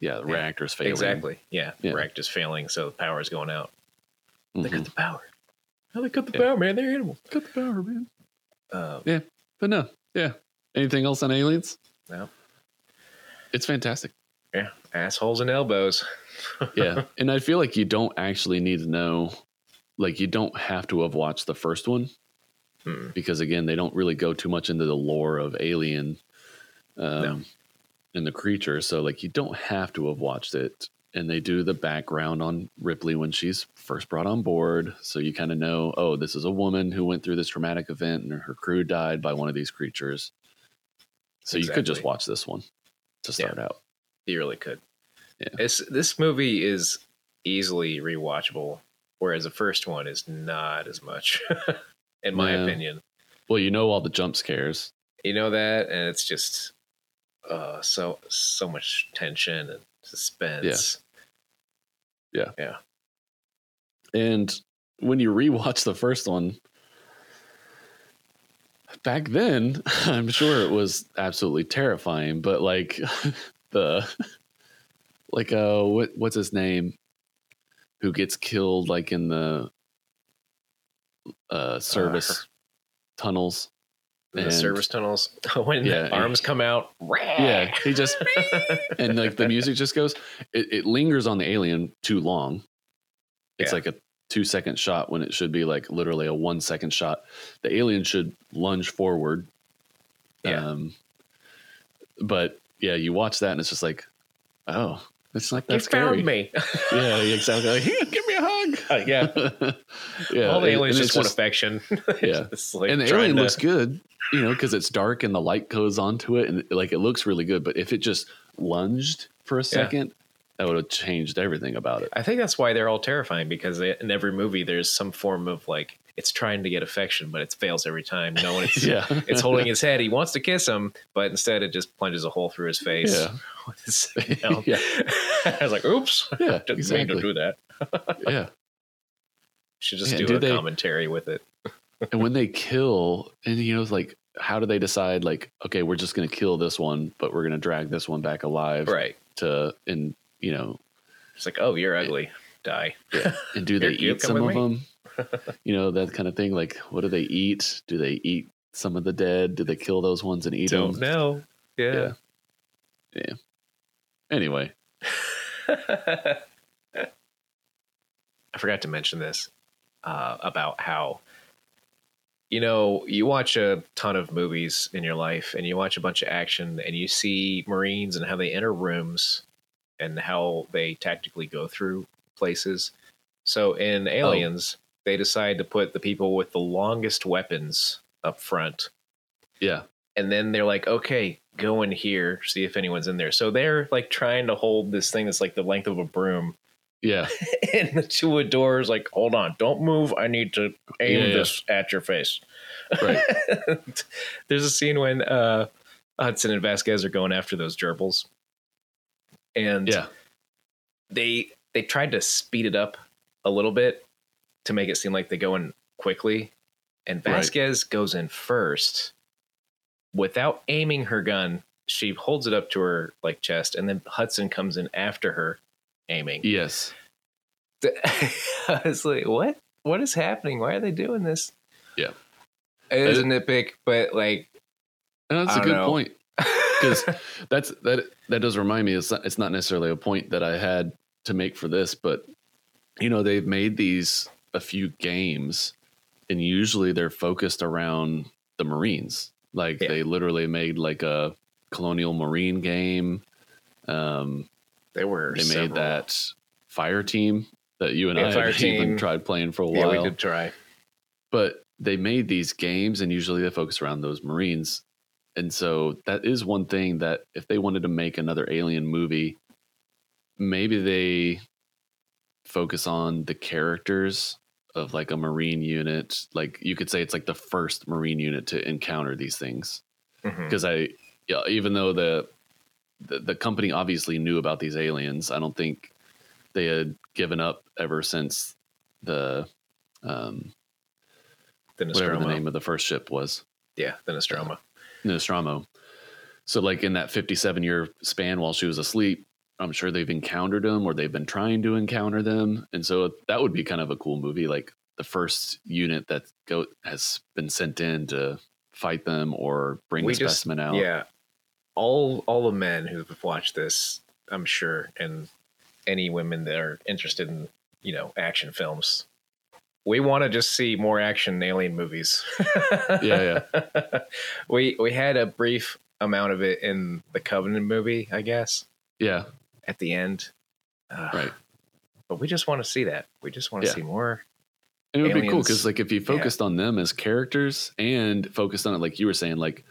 B: yeah, the
C: Yeah,
B: reactors failing.
C: Exactly. Yeah.
B: Yeah.
C: Rack just failing, so the power is going out. They
B: Mhm.
C: cut the power. How they cut the
B: Yeah.
C: power, man? They're animals.
B: Cut the power, man.
C: Um,
B: But no, yeah. Anything else on aliens?
C: No.
B: It's fantastic.
C: yeah. Assholes and elbows.
B: yeah and i feel like you don't actually need to know like you don't have to have watched the first one
C: Hmm.
B: because again they don't really go too much into the lore of alien um,
C: No.
B: and the creature so like you don't have to have watched it and they do the background on ripley when she's first brought on board so you kind of know oh this is a woman who went through this traumatic event and her crew died by one of these creatures so you could just
C: Exactly.
B: watch this one to
C: Yeah.
B: start out
C: You really could.
B: Yeah.
C: It's this movie is easily rewatchable, whereas the first one is not as much, in my
B: Yeah.
C: opinion.
B: well you know all the jump scares
C: You know that, and it's just uh, so so much tension and suspense.
B: And when you rewatch the first one, back then, I'm sure it was absolutely terrifying, but like the like uh what what's his name who gets killed like in the uh service tunnels.
C: The
B: And-
C: service tunnels when
B: Yeah,
C: the arms come out.
B: Yeah, he just and like the music just goes it, it lingers on the alien too long it's
C: Yeah.
B: like a two second shot when it should be like literally a one second shot the alien should lunge forward
C: Yeah.
B: um but yeah you watch that and it's just like oh it's like
C: you
B: that's scary
C: found me.
B: yeah exactly like, give me a hug
C: Uh, yeah.
B: yeah
C: All the
B: and-
C: aliens
B: and it's
C: just want affection.
B: Yeah.
C: It's like
B: and the
C: trying
B: alien
C: to-
B: looks good, you know, because it's dark and the light goes onto it, and like it looks really good. But if it just lunged for a second, that would have changed everything about it.
C: I think that's why they're all terrifying because they, in every movie there's some form of like it's trying to get affection, but it fails every time. You know, when it's
B: Yeah,
C: it's holding his head, he wants to kiss him, but instead it just plunges a hole through his face.
B: Yeah.
C: with his head down.
B: Yeah.
C: I was like, "Oops,
B: yeah,
C: didn't mean to
B: exactly.
C: do that."
B: Yeah,
C: Should just
B: Yeah,
C: do,
B: do
C: a
B: they-
C: commentary with it.
B: and when they kill, and you know, it's like, how do they decide? Like, okay, we're just gonna kill this one, but we're gonna drag this one back alive
C: Right?
B: to, and you know,
C: It's like, "Oh, you're ugly, die."
B: And do they
C: Here, you
B: eat
C: come
B: some of
C: with
B: them? you know that kind of thing. Like, what do they eat? Do they eat some of the dead? Do they kill those ones and eat
C: Don't
B: them?
C: know. Yeah.
B: Yeah. Yeah. Anyway,
C: I forgot to mention this uh, about how you know you watch a ton of movies in your life and you watch a bunch of action and you see Marines and how they enter rooms and how they tactically go through places. So in Aliens, they decide to put the people with the longest weapons up front
B: yeah,
C: and then they're like, okay, go in here, see if anyone's in there. So they're like trying to hold this thing that's like the length of a broom,
B: yeah,
C: and the two of doors like, hold on, don't move. I need to aim
B: Yeah, yeah.
C: this at your face.
B: right.
C: There's a scene when uh, Hudson and Vasquez are going after those gerbils, and
B: Yeah,
C: they they tried to speed it up a little bit to make it seem like they go in quickly and
B: Right.
C: vasquez goes in first without aiming her gun she holds it up to her like chest and then hudson comes in after her aiming
B: yes,
C: i was like what what is happening why are they doing this
B: Yeah.
C: it is a nitpick but like
B: and that's
C: I
B: a
C: don't
B: good
C: know.
B: point. because that's that that does remind me it's not, it's not necessarily a point that i had to make for this but you know they've made these a few games and usually they're focused around the marines like
C: Yeah.
B: they literally made like a colonial marine game um
C: they were
B: they
C: several.
B: made that fire team that you and
C: Yeah,
B: i
C: Fire
B: had even
C: Team.
B: tried playing for a
C: yeah
B: while
C: we did try
B: but they made these games and usually they focus around those Marines. And so that is one thing that if they wanted to make another alien movie, maybe they focus on the characters of like a Marine unit. Like you could say it's like the first Marine unit to encounter these things.
C: Mhm.
B: Because I, yeah, even though the, the the company obviously knew about these aliens, I don't think they had given up ever since the um,
C: The
B: whatever the
C: Nostromo.
B: name of the first ship was.
C: Yeah, the Nostromo.
B: Nostromo. So, like in that 57 year span while she was asleep, I'm sure they've encountered them or they've been trying to encounter them. And so that would be kind of a cool movie. Like the first unit that go, has been sent in to fight them or bring the specimen out.
C: Yeah. All all the men who've watched this, I'm sure, and any women that are interested in, you know, action films. We want to just see more action alien movies.
B: Yeah,
C: yeah. we we had a brief amount of it in the Covenant movie, I guess,
B: Yeah.
C: at the end. Uh,
B: Right.
C: But we just want to see that. We just want to
B: Yeah.
C: see more.
B: And it would be cool
C: Aliens.
B: because, like, if you focused on them as characters and focused on it, like you were saying, like,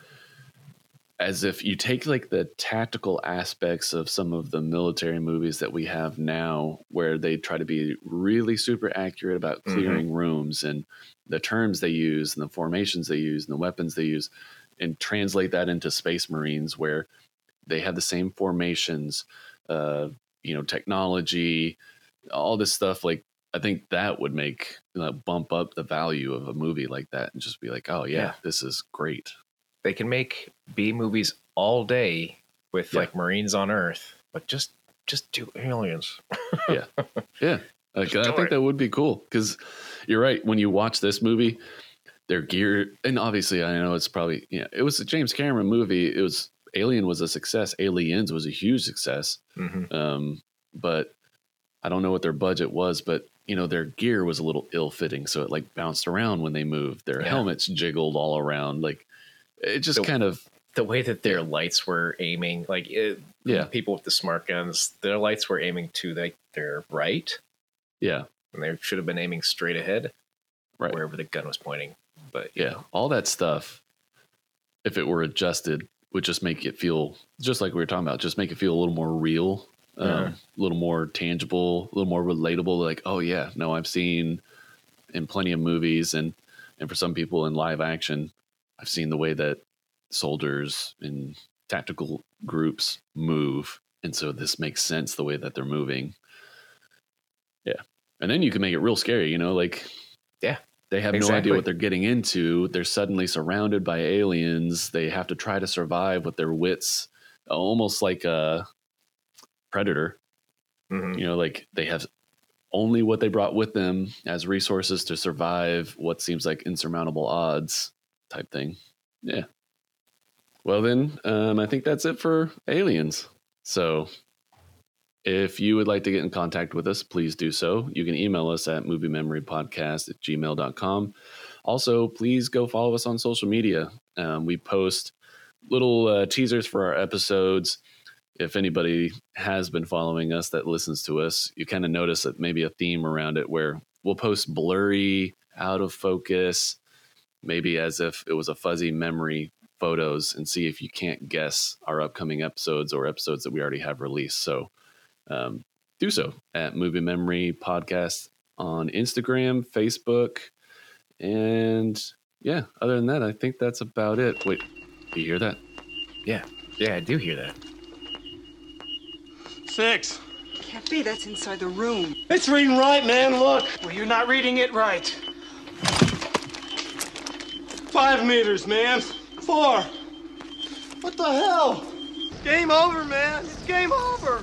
B: as if you take like the tactical aspects of some of the military movies that we have now, where they try to be really super accurate about clearing rooms and the terms they use and the formations they use and the weapons they use, and translate that into Space Marines, where they have the same formations, uh, you know, technology, all this stuff. Like, I think that would make uh, bump up the value of a movie like that and just be like, oh, yeah.
C: Yeah.
B: this is great.
C: They can make B movies all day with
B: Yeah.
C: like Marines on Earth, but just just do aliens.
B: Like,
C: Just
B: Uh, I
C: do
B: think
C: it.
B: that would be cool because you're right. When you watch this movie, their gear, and obviously, I know it's probably, you know, it was a James Cameron movie. It was Alien was a success, Aliens was a huge success.
C: hmm
B: Um, but I don't know what their budget was, but you know, their gear was a little ill fitting. So it like bounced around when they moved. Their
C: Yeah.
B: helmets jiggled all around. Like, it just
C: So-
B: kind of,
C: The way that their lights were aiming, like it,
B: yeah,
C: people with the smart guns, their lights were aiming to like their right,
B: yeah.
C: and they should have been aiming straight ahead,
B: Right.
C: wherever the gun was pointing. But
B: yeah all that stuff if it were adjusted would just make it feel just like we were talking about just make it feel a little more real um,
C: Yeah.
B: a little more tangible a little more relatable like oh yeah no i've seen in plenty of movies and and for some people in live action i've seen the way that soldiers in tactical groups move and so this makes sense the way that they're moving yeah and then you can make it real scary you know like
C: Yeah,
B: they have no idea
C: exactly.
B: what they're getting into they're suddenly surrounded by aliens they have to try to survive with their wits uh, almost like a predator
C: Mhm.
B: you know like they have only what they brought with them as resources to survive what seems like insurmountable odds type thing yeah well then um, i think that's it for aliens so if you would like to get in contact with us please do so you can email us at moviememorypodcast at gmail.com also please go follow us on social media um, we post little uh, teasers for our episodes if anybody has been following us that listens to us, you kind of notice that maybe a theme around it where we'll post blurry, out of focus, maybe as if it was a fuzzy memory photos and see if you can't guess our upcoming episodes or episodes that we already have released. So um, do so at Movie Memory Podcast on Instagram, Facebook, and yeah, other than that, I think that's about it. Wait, do you hear that?
C: yeah, yeah, I do hear that.
E: Six.
F: Can't be. That's inside the room.
E: It's reading right, man. Look. Well, you're not reading it right. Five meters, man. Four. What the hell? Game over, man. It's game over.